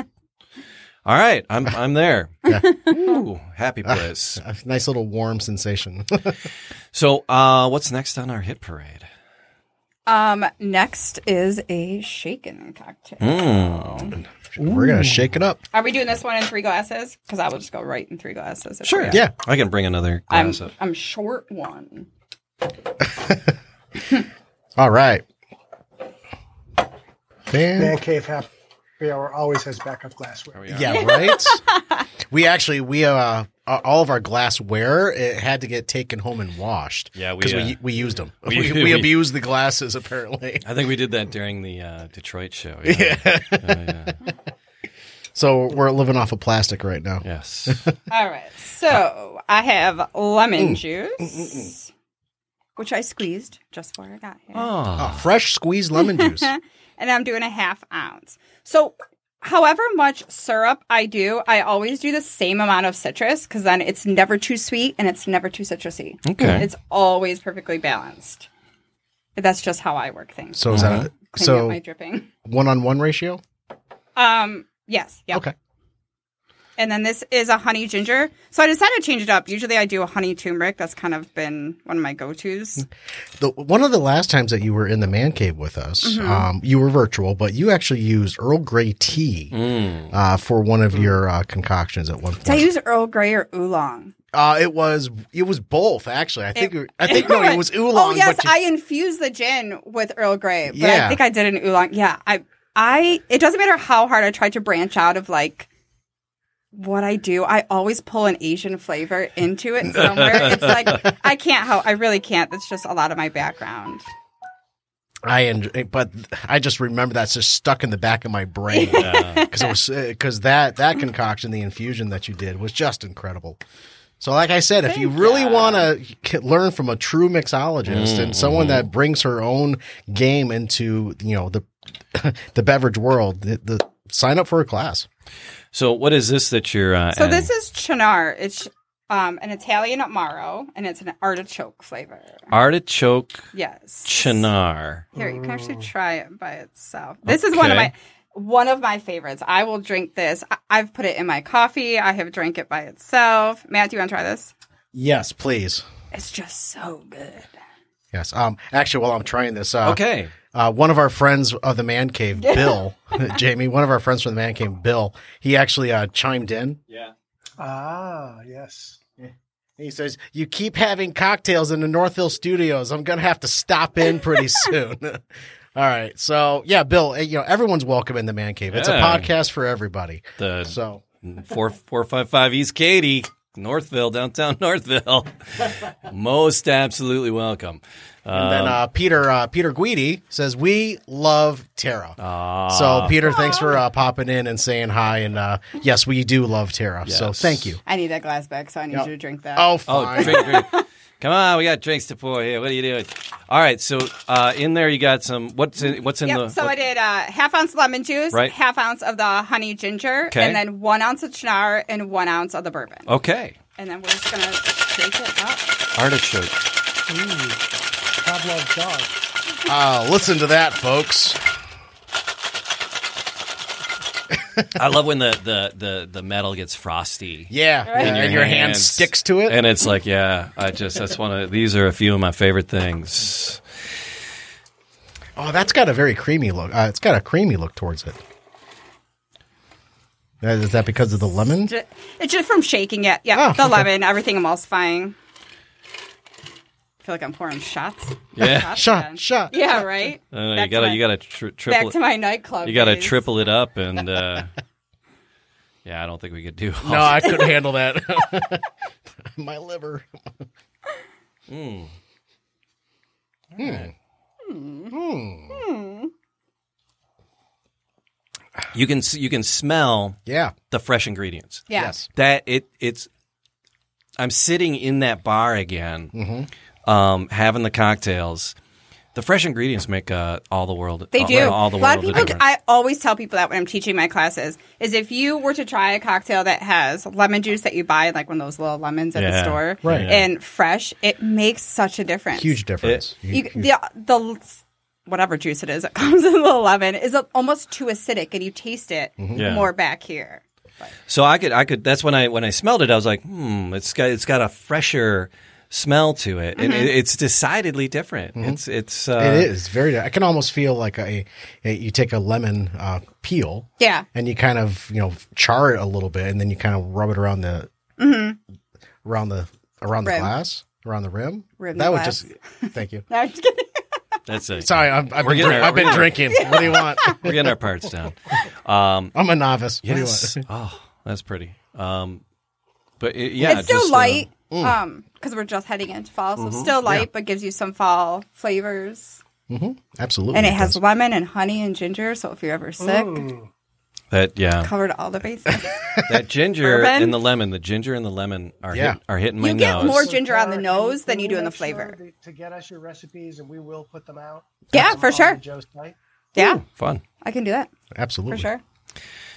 Speaker 3: all right i'm i'm there
Speaker 4: Yeah.
Speaker 3: Ooh, happy
Speaker 4: Ah.
Speaker 3: place
Speaker 4: A nice little warm sensation.
Speaker 3: so uh what's next on our hit parade
Speaker 5: Um, next is a shaken cocktail.
Speaker 3: Mm.
Speaker 4: We're gonna shake it up.
Speaker 5: Are we doing this one in three glasses? Because I will just go right in three glasses. if we
Speaker 3: sure
Speaker 5: are.
Speaker 4: Yeah.
Speaker 3: i can bring another
Speaker 5: I'm
Speaker 3: glass up
Speaker 5: I'm short one.
Speaker 4: All right.
Speaker 6: Man
Speaker 4: Man,
Speaker 6: cave happy. happy hour always has backup glassware.
Speaker 3: Yeah.
Speaker 4: Yeah, right. we actually we uh uh, all of our glassware it had to get taken home and washed.
Speaker 3: Yeah, we,
Speaker 4: because
Speaker 3: uh,
Speaker 4: we we used them.
Speaker 3: we-
Speaker 4: We, we,
Speaker 3: we-
Speaker 4: abused the glasses apparently.
Speaker 3: I think we did that during the uh, Detroit show. Yeah. Oh, yeah.
Speaker 4: So we're living off of plastic right now.
Speaker 3: Yes.
Speaker 5: All right. So I have
Speaker 4: Mm.
Speaker 5: lemon juice, which I squeezed just before I got here.
Speaker 4: Uh,
Speaker 3: Oh.
Speaker 4: fresh squeezed lemon juice.
Speaker 5: and I'm doing a half ounce. So, however much syrup I do, I always do the same amount of citrus because then it's never too sweet and it's never too citrusy.
Speaker 3: Okay.
Speaker 5: It's always perfectly balanced. That's just how I work things.
Speaker 4: So is
Speaker 3: Uh-huh.
Speaker 4: that a,
Speaker 5: Clean up my
Speaker 4: so
Speaker 5: dripping.
Speaker 4: one on one ratio?
Speaker 5: Um, yes. Yeah.
Speaker 4: Okay.
Speaker 5: And then this is a honey ginger. So I decided to change it up. Usually I do a honey turmeric. That's kind of been one of my go tos.
Speaker 4: The, one of the last times that you were in the man cave with us,
Speaker 5: Mm-hmm.
Speaker 4: um, you were virtual, but you actually used Earl Grey tea
Speaker 5: Mm.
Speaker 4: uh, for one of your uh, concoctions at one
Speaker 5: Did I
Speaker 4: point.
Speaker 5: use Earl Grey or oolong?
Speaker 4: Uh, it was it was both actually. I think it, I think no, it was oolong.
Speaker 5: Oh yes,
Speaker 4: but you-
Speaker 5: I infused the gin with Earl Grey, but I
Speaker 4: Yeah.
Speaker 5: think I did an oolong. Yeah, I, I. It doesn't matter how hard I try to branch out of like what I do. I always pull an Asian flavor into it somewhere. it's like I can't help. I really can't. That's just a lot of my background.
Speaker 4: I enjoy, but I just remember that's just stuck in the back of my brain because it was because that that concoction, the infusion that you did was just incredible. So, like I said, if you really want to learn from a true mixologist and someone that brings her own game into you know the the beverage world, the, the sign up for a class.
Speaker 3: So what is this that you're? Uh,
Speaker 5: So this is chinar. It's um, an Italian amaro, and it's an artichoke flavor.
Speaker 3: artichoke
Speaker 5: Yes,
Speaker 3: chinar.
Speaker 5: Here, you can actually try it by itself. This is one of
Speaker 3: Mm.
Speaker 5: my
Speaker 3: Okay.
Speaker 5: one of my favorites. I will drink this. I, I've put it in my coffee. I have drank it by itself. Matt, do you want to try this?
Speaker 4: Yes, please.
Speaker 5: It's just so good.
Speaker 4: Yes. Um. Actually, while I'm trying this, uh,
Speaker 3: Okay.
Speaker 4: Uh, one of our friends of the man cave, Bill, Jamie, one of our friends from the man cave, Bill, he actually uh, chimed in.
Speaker 6: Ah, yes.
Speaker 4: He says, You keep having cocktails in the Northville studios. I'm going to have to stop in pretty soon. All right. So, yeah, Bill, eh, you know, everyone's welcome in the man cave. It's
Speaker 3: Yeah.
Speaker 4: a podcast for everybody.
Speaker 3: The
Speaker 4: So,
Speaker 3: four four five five East Katy, Northville, downtown Northville. Most absolutely welcome.
Speaker 4: and then
Speaker 3: um,
Speaker 4: uh, Peter uh, Peter Guidi says, We love Tara.
Speaker 3: Ah.
Speaker 4: so, Peter, thanks for uh, popping in and saying hi. And uh, yes, we do love Tara. So,
Speaker 3: Yes.
Speaker 4: thank you.
Speaker 5: I need that glass back, so I need you to drink that.
Speaker 4: Oh,
Speaker 3: Oh,
Speaker 4: fine.
Speaker 3: drink, drink. Come on, we got drinks to pour here. What are you doing? All right, so uh, in there you got some. What's in, what's in
Speaker 5: Yep.
Speaker 3: the?
Speaker 5: so
Speaker 3: what-
Speaker 5: I did uh, half ounce lemon juice,
Speaker 3: Right.
Speaker 5: half ounce of the honey ginger,
Speaker 3: Okay.
Speaker 5: and then one ounce of chinar and one ounce of the bourbon.
Speaker 3: Okay,
Speaker 5: And then we're just gonna shake it up.
Speaker 3: artichoke.
Speaker 6: Pavlov dog.
Speaker 4: Uh, listen to that, folks.
Speaker 3: I love when the the the, the metal gets frosty.
Speaker 4: Yeah, and your, hand
Speaker 3: hands.
Speaker 4: sticks to it.
Speaker 3: and it's like, yeah, I just that's one of these are a few of my favorite things.
Speaker 4: oh, that's got a very creamy look. Uh, it's got a creamy look towards it. Uh, Is that because of the lemon?
Speaker 5: Ju- It's just from shaking it. Yeah,
Speaker 4: Oh,
Speaker 5: the
Speaker 4: okay.
Speaker 5: lemon, everything emulsifying. I feel like I'm pouring shots.
Speaker 3: Yeah,
Speaker 4: Shot,
Speaker 5: again.
Speaker 4: shot,
Speaker 5: Yeah, right.
Speaker 3: Uh, you
Speaker 5: Back to
Speaker 3: gotta
Speaker 5: my-
Speaker 3: you gotta tri- triple.
Speaker 5: back to my nightclub.
Speaker 3: You got to
Speaker 5: days.
Speaker 3: triple it up, and uh, yeah, I don't think we could do. All
Speaker 4: No, I couldn't handle that. My liver.
Speaker 3: You can s- you can smell
Speaker 4: Yeah.
Speaker 3: the fresh ingredients.
Speaker 5: Yeah.
Speaker 4: Yes.
Speaker 3: That it it's. I'm sitting in that bar again,
Speaker 4: Mm-hmm.
Speaker 3: um, having the cocktails. The fresh ingredients make uh, all the world.
Speaker 5: They
Speaker 3: all-
Speaker 5: do.
Speaker 3: all the
Speaker 5: a
Speaker 3: world.
Speaker 5: lot of
Speaker 3: a
Speaker 5: people.
Speaker 3: difference.
Speaker 5: I always tell people that when I'm teaching my classes is if you were to try a cocktail that has lemon juice that you buy, like one of those little lemons at
Speaker 3: Yeah.
Speaker 5: the store,
Speaker 4: Right.
Speaker 5: and fresh, it makes such a difference.
Speaker 4: Huge difference.
Speaker 5: You, the the l- whatever juice it is that comes in the lemon is a- almost too acidic, and you taste it
Speaker 3: Yeah.
Speaker 5: more back here.
Speaker 3: So I could, I could. That's when I when I smelled it, I was like, hmm, it's got it's got a fresher smell to it, and
Speaker 5: Mm-hmm.
Speaker 3: it, it's decidedly different. It's it's uh,
Speaker 4: Mm-hmm. it is very. I can almost feel like a, a you take a lemon uh, peel,
Speaker 5: Yeah.
Speaker 4: and you kind of you know char it a little bit, and then you kind of rub it around the around the around
Speaker 5: Rim.
Speaker 4: the glass, around the rim.
Speaker 5: Mm-hmm. Rim
Speaker 4: that
Speaker 5: the
Speaker 4: would
Speaker 5: glass.
Speaker 4: just. Thank you.
Speaker 5: No, I'm just kidding.
Speaker 3: That's it.
Speaker 4: Sorry, I'm, I've, been,
Speaker 3: getting
Speaker 4: dri-
Speaker 3: there.
Speaker 4: I've
Speaker 3: We're
Speaker 4: been drinking. What do you want?
Speaker 3: We're getting our parts down.
Speaker 4: I'm a novice. What do you
Speaker 3: Yes.
Speaker 4: want?
Speaker 3: Oh, that's pretty. Um, but it, yeah,
Speaker 5: it's still
Speaker 3: just, uh,
Speaker 5: light, Um because we're just heading into fall, so still light, but gives you some fall flavors.
Speaker 4: Absolutely.
Speaker 5: And it has
Speaker 4: does.
Speaker 5: lemon and honey and ginger. So if you're ever sick,
Speaker 3: that yeah,
Speaker 5: covered all the bases.
Speaker 3: that ginger
Speaker 5: Bourbon?
Speaker 3: and the lemon. The ginger and the lemon are
Speaker 4: Yeah.
Speaker 3: hit, are hitting my
Speaker 5: you
Speaker 3: nose.
Speaker 5: get more ginger on the
Speaker 6: Tara,
Speaker 5: nose
Speaker 6: can
Speaker 5: than you do in the
Speaker 6: make sure
Speaker 5: flavor.
Speaker 6: that- to get us your recipes, and we will put them out.
Speaker 5: Yeah,
Speaker 6: Um,
Speaker 5: for
Speaker 6: on
Speaker 5: sure.
Speaker 6: Joe's site.
Speaker 5: Yeah,
Speaker 3: fun.
Speaker 5: I can do that
Speaker 4: Absolutely.
Speaker 5: for sure.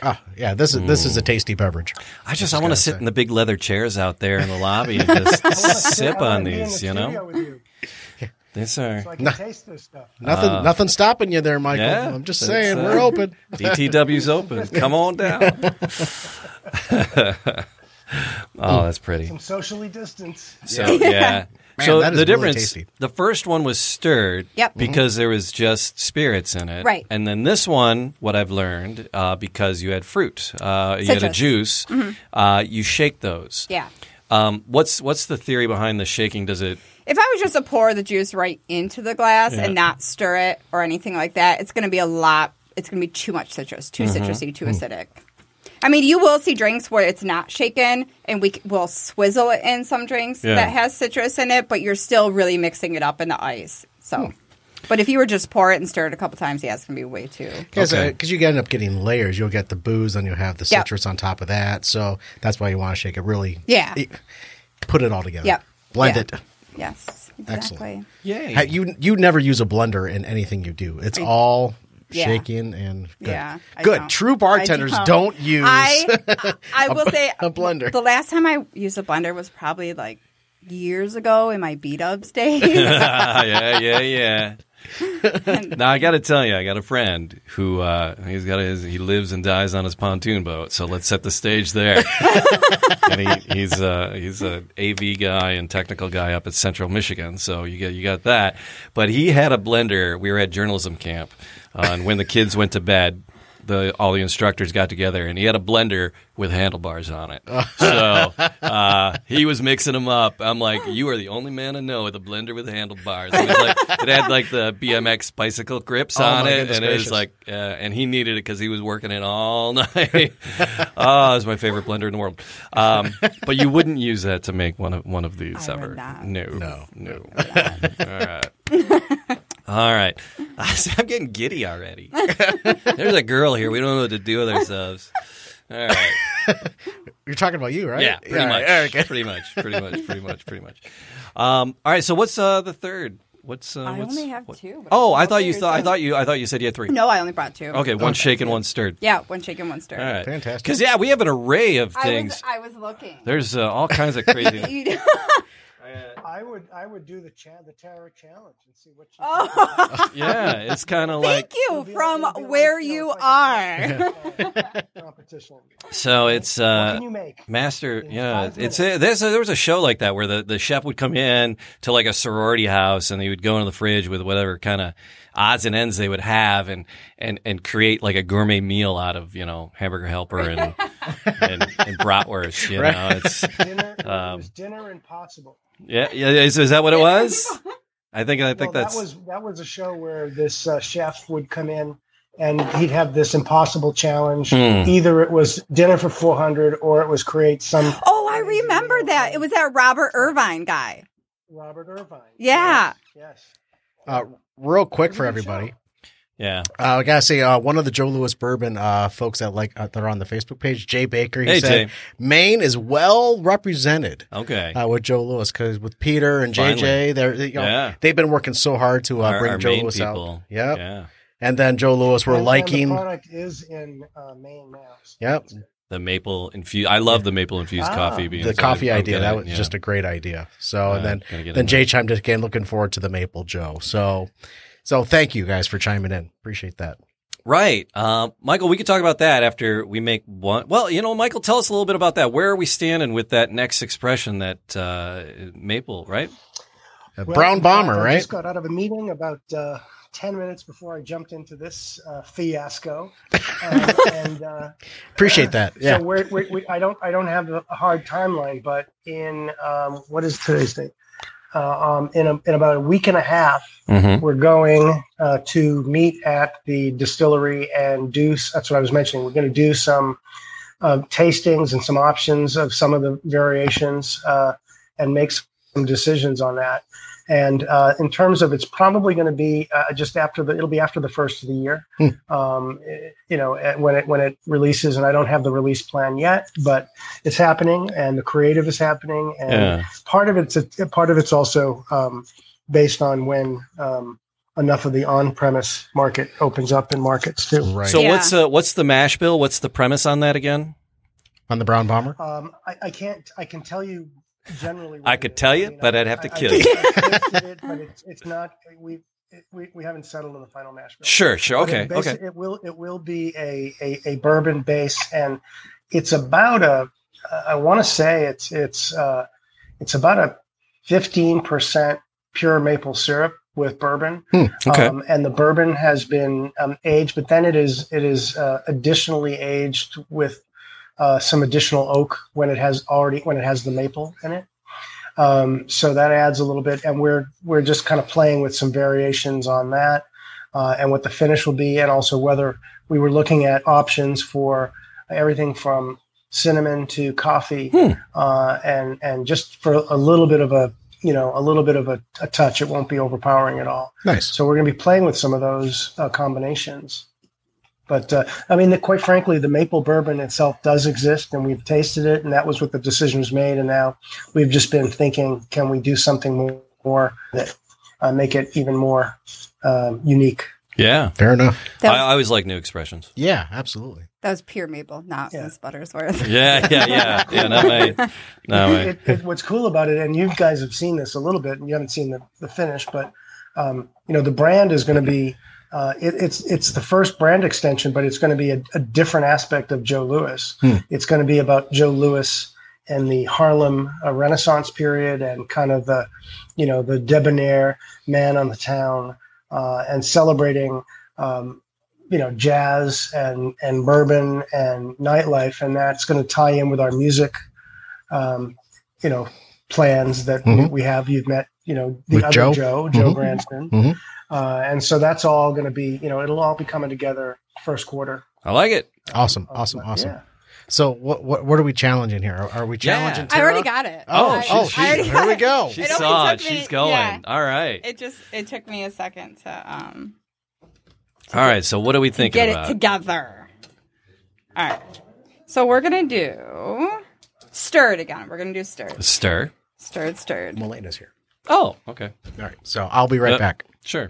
Speaker 4: Ah, yeah, this is this
Speaker 3: Mm.
Speaker 4: is a tasty beverage.
Speaker 3: I just I want to
Speaker 4: gotta
Speaker 3: sit
Speaker 4: say.
Speaker 3: in the big leather chairs out there in the lobby and just sip on these. You know, these
Speaker 6: so I
Speaker 3: are
Speaker 6: can taste this stuff.
Speaker 4: Nothing, nothing stopping you there, Michael.
Speaker 3: Ah. yeah,
Speaker 4: I'm just
Speaker 3: that's,
Speaker 4: saying,
Speaker 3: uh,
Speaker 4: we're open.
Speaker 3: DTW's open. Come on down. oh, that's pretty.
Speaker 6: Some socially distanced.
Speaker 3: So yeah.
Speaker 4: Man,
Speaker 3: so
Speaker 4: that is
Speaker 3: the
Speaker 4: really
Speaker 3: difference,
Speaker 4: tasty.
Speaker 3: the first one was stirred
Speaker 5: Yep.
Speaker 3: because there was just spirits in it.
Speaker 5: Right.
Speaker 3: And then this one, what I've learned, uh, because you had fruit, uh, you had a
Speaker 5: Citrus.
Speaker 3: juice, uh, you shake those.
Speaker 5: Yeah.
Speaker 3: Um, what's what's the theory behind the shaking? Does it?
Speaker 5: If I was just to pour the juice right into the glass
Speaker 3: Yeah.
Speaker 5: and not stir it or anything like that, it's going to be a lot. It's going to be too much citrus, too
Speaker 3: Mm-hmm.
Speaker 5: citrusy,
Speaker 3: Hmm.
Speaker 5: too acidic. I mean, you will see drinks where it's not shaken, and we c- will swizzle it in some drinks
Speaker 3: Yeah.
Speaker 5: that has citrus in it, but you're still really mixing it up in the ice.
Speaker 3: Hmm.
Speaker 5: So, but if you were just pour it and stir it a couple times, yeah, it's going to be way too.
Speaker 4: Because
Speaker 3: Okay.
Speaker 4: uh, you end up getting layers. You'll get the booze, and you'll have the
Speaker 5: Yeah.
Speaker 4: citrus on top of that. So that's why you want to shake it. Really,
Speaker 5: Yeah.
Speaker 4: e- put it all together.
Speaker 5: Yep.
Speaker 4: blend
Speaker 5: Yeah.
Speaker 4: it.
Speaker 5: Yes, exactly.
Speaker 4: Excellent.
Speaker 3: Yay!
Speaker 4: Ha- You you never use a blender in anything you do. It's all
Speaker 5: Yeah.
Speaker 4: shaking and good.
Speaker 5: Yeah, I
Speaker 4: good.
Speaker 5: don't.
Speaker 4: True bartenders
Speaker 5: I
Speaker 4: don't.
Speaker 5: don't.
Speaker 4: use.
Speaker 5: I I will say
Speaker 4: a blender.
Speaker 5: The last time I used a blender was probably like years ago in my beat ups days.
Speaker 3: Ah, yeah, yeah, yeah. now I got to tell you, I got a friend who uh, he's got his he lives and dies on his pontoon boat. So let's set the stage there. and he, he's uh, he's a AV guy and technical guy up at Central Michigan. So you get you got that. But he had a blender. We were at journalism camp, uh, and when the kids went to bed. The, all the instructors got together and he had a blender with handlebars on it. So uh, he was mixing them up. I'm like, you are the only man I know with a blender with handlebars. It, was like, it had like the BMX bicycle grips
Speaker 4: Oh,
Speaker 3: on
Speaker 4: my
Speaker 3: it,
Speaker 4: goodness
Speaker 3: and it was
Speaker 4: gracious.
Speaker 3: like, uh, and he needed it because he was working it all night. oh, it was my favorite blender in the world. Um, but you wouldn't use that to make one of one of these
Speaker 5: I would
Speaker 3: ever.
Speaker 5: not.
Speaker 3: No, no, no. all right. All right. I'm getting giddy already. There's a girl here. We don't know what to do with ourselves. All right.
Speaker 4: You're talking about you, right?
Speaker 3: Yeah, pretty
Speaker 4: All
Speaker 3: much.
Speaker 4: right. All right.
Speaker 3: Pretty much. Pretty much. Pretty much. Pretty much. Um, all right. So what's uh, the third? What's uh,
Speaker 5: I
Speaker 3: what's,
Speaker 5: only have
Speaker 3: what-
Speaker 5: two, but
Speaker 3: Oh,
Speaker 5: I
Speaker 3: I
Speaker 5: can
Speaker 3: thought
Speaker 5: go
Speaker 3: you
Speaker 5: through
Speaker 3: thought I
Speaker 5: some.
Speaker 3: thought you I thought you said you had three.
Speaker 5: no, I only brought two.
Speaker 3: Okay, one shaken, one stirred.
Speaker 5: Yeah, one shaken, one stirred.
Speaker 3: All right.
Speaker 4: Fantastic.
Speaker 3: Because yeah, we have an array of
Speaker 5: I was
Speaker 3: things.
Speaker 5: I was looking.
Speaker 3: There's uh, all kinds of crazy.
Speaker 5: You-
Speaker 6: I would I would do the cha- the Tara challenge and see what. She
Speaker 5: Oh.
Speaker 3: yeah, it's kind of like
Speaker 5: Thank you from where you are.
Speaker 6: competition.
Speaker 3: so. It's
Speaker 6: What
Speaker 3: uh,
Speaker 6: can you make?
Speaker 3: Master, yeah,
Speaker 6: five
Speaker 3: it's a, there's a, there was a show like that where the, the chef would come in to like a sorority house and he would go into the fridge with whatever kind of odds and ends they would have and and and create like a gourmet meal out of you know hamburger helper and and, and bratwurst. You know, it's
Speaker 6: Dinner,
Speaker 3: Um,
Speaker 6: it was dinner impossible.
Speaker 3: yeah, yeah. Is, is that what it was? I think I think
Speaker 6: well,
Speaker 3: that's
Speaker 6: that was that was a show where this uh, chef would come in and he'd have this impossible challenge.
Speaker 4: Hmm.
Speaker 6: Either it was dinner for four hundred, or it was create some
Speaker 5: Oh, I remember that. It was that Robert Irvine guy.
Speaker 6: Robert Irvine.
Speaker 5: Yeah.
Speaker 6: Yes.
Speaker 4: Uh, real quick
Speaker 5: Mm-hmm.
Speaker 4: for everybody.
Speaker 3: yeah.
Speaker 4: Uh, I gotta say, uh, one of the Joe Lewis Bourbon uh, folks that like uh, that are on the Facebook page, Jay Baker. He
Speaker 3: Hey,
Speaker 4: said
Speaker 3: Jay.
Speaker 4: Maine is well represented
Speaker 3: Okay.
Speaker 4: uh, with Joe Lewis because with Peter and
Speaker 3: Finally.
Speaker 4: JJ, they're you know,
Speaker 3: Yeah.
Speaker 4: they've been working so hard to uh,
Speaker 3: Our-
Speaker 4: bring
Speaker 3: our
Speaker 4: Joe
Speaker 3: main
Speaker 4: Lewis out.
Speaker 3: people.
Speaker 4: Yep.
Speaker 3: Yeah.
Speaker 4: and then Joe Lewis, we're
Speaker 6: And- and
Speaker 4: liking.
Speaker 6: the product is in uh, Maine now.
Speaker 4: Yep,
Speaker 3: The maple infused. I love the maple infused
Speaker 6: Ah,
Speaker 3: coffee beans.
Speaker 4: the
Speaker 3: I-
Speaker 4: coffee
Speaker 3: I'm
Speaker 4: idea
Speaker 3: gonna-
Speaker 4: that was
Speaker 3: yeah.
Speaker 4: just a great idea. So
Speaker 3: Uh,
Speaker 4: and
Speaker 3: gonna
Speaker 4: then
Speaker 3: get
Speaker 4: then
Speaker 3: in
Speaker 4: Jay chimed in again, looking forward to the Maple Joe. So so thank you guys for chiming in. Appreciate that.
Speaker 3: Right. Uh, Michael, we could talk about that after we make one. Well, you know, Michael, tell us a little bit about that. Where are we standing with that next expression that uh, maple, right?
Speaker 4: A
Speaker 6: Well,
Speaker 4: Uh, Brown
Speaker 6: in fact,
Speaker 4: Bomber,
Speaker 6: I
Speaker 4: right?
Speaker 6: just got out of a meeting about uh, 10 minutes before I jumped into this uh, fiasco. Um, and uh,
Speaker 4: Appreciate that. Yeah.
Speaker 6: so we're, we, we, I don't I don't have a hard timeline, but in um, what is today's date? uh, um, in, a, in about a week and a half,
Speaker 3: Mm-hmm.
Speaker 6: we're going uh, to meet at the distillery and do. s- That's what I was mentioning. We're going to do some uh, tastings and some options of some of the variations uh, and make some decisions on that. And uh, in terms of, it's probably going to be uh, just after the. It'll be after the first of the year, um, eh, you know, eh, when it when it releases. And I don't have the release plan yet, but it's happening, and the creative is happening,
Speaker 4: Oh,
Speaker 6: and
Speaker 3: Yeah.
Speaker 6: part of it's a, part of it's also um, based on when um, enough of the on-premise market opens up in markets too.
Speaker 4: Right.
Speaker 3: So
Speaker 5: Yeah.
Speaker 3: what's uh, what's the mash bill? What's the premise on that again?
Speaker 4: on the Brown Bomber?
Speaker 6: Um, I, I can't. I can tell you generally.
Speaker 3: I
Speaker 6: what
Speaker 3: could
Speaker 6: it is.
Speaker 3: tell you,
Speaker 6: I mean,
Speaker 3: but
Speaker 6: I-
Speaker 3: I'd have to
Speaker 6: I- I
Speaker 3: kill
Speaker 6: think
Speaker 3: you.
Speaker 6: I listed it, but it's, it's not. We, it, we we haven't settled on the final mash bill.
Speaker 3: Sure, sure.
Speaker 6: But
Speaker 3: Okay,
Speaker 6: it basi-
Speaker 3: okay.
Speaker 6: It will it will be a a, a bourbon base, and it's about a I want to say it's it's uh, it's about a fifteen percent pure maple syrup with bourbon.
Speaker 3: Okay.
Speaker 6: Um, and the bourbon has been um, aged, but then it is it is uh, additionally aged with uh, some additional oak when it has already when it has the maple in it. Um, so that adds a little bit, and we're we're just kind of playing with some variations on that, uh, and what the finish will be, and also whether we were looking at options for everything from cinnamon to coffee, uh, and and just for a little bit of a you know a little bit of a, a touch. It won't be overpowering at all.
Speaker 4: Nice.
Speaker 6: So we're going to be playing with some of those uh, combinations. But uh, I mean, the, quite frankly, the maple bourbon itself does exist, and we've tasted it, and that was what the decision was made. And now we've just been thinking, can we do something more, that uh, make it even more um, unique?
Speaker 3: Yeah.
Speaker 4: Fair enough.
Speaker 5: That
Speaker 3: I,
Speaker 5: was,
Speaker 3: I always like new expressions.
Speaker 4: Yeah, absolutely.
Speaker 5: that was pure maple, not
Speaker 6: Yeah.
Speaker 5: Miss Buttersworth.
Speaker 3: Yeah, yeah, yeah. Yeah, not my not my
Speaker 6: It, it, what's cool about it, and you guys have seen this a little bit, and you haven't seen the, the finish, but um, you know, the brand is going to be. Uh, it, it's it's the first brand extension, but it's going to be a, a different aspect of Joe Lewis. It's going to be about Joe Lewis and the Harlem uh, Renaissance period, and kind of the, you know, the debonair man on the town, uh, and celebrating, um, you know, jazz and and bourbon and nightlife, and that's going to tie in with our music, um, you know, plans that
Speaker 4: Mhm.
Speaker 6: we have. You've met, you know, the
Speaker 4: With
Speaker 6: other
Speaker 4: Joe?
Speaker 6: Joe, Joe, Joe
Speaker 4: Mhm.
Speaker 6: Branston.
Speaker 4: Mhm.
Speaker 6: Uh, and so that's all going to be, you know, it'll all be coming together first quarter.
Speaker 3: I like it.
Speaker 4: Awesome.
Speaker 6: of-
Speaker 4: Awesome.
Speaker 6: but
Speaker 4: Awesome.
Speaker 6: yeah.
Speaker 4: So what, what what are we challenging here? Are, are we
Speaker 3: Yeah.
Speaker 4: challenging
Speaker 5: I
Speaker 4: Tara?
Speaker 5: already got it.
Speaker 4: Oh,
Speaker 5: I,
Speaker 4: oh,
Speaker 5: I already
Speaker 4: she,
Speaker 5: got
Speaker 4: here we
Speaker 5: it.
Speaker 4: go.
Speaker 3: She
Speaker 5: It only
Speaker 3: saw it.
Speaker 5: took me-
Speaker 3: She's going.
Speaker 5: yeah.
Speaker 3: All right.
Speaker 5: It just it took me a second to um
Speaker 3: All right. So what are we thinking
Speaker 5: get
Speaker 3: about?
Speaker 5: it together. All right. So we're gonna do stirred again. We're gonna do stirred,
Speaker 3: Stir.
Speaker 5: stirred, stirred. All
Speaker 4: Melena's here.
Speaker 3: Oh, okay.
Speaker 4: All right. So I'll be right
Speaker 3: Yep.
Speaker 4: back.
Speaker 3: Sure.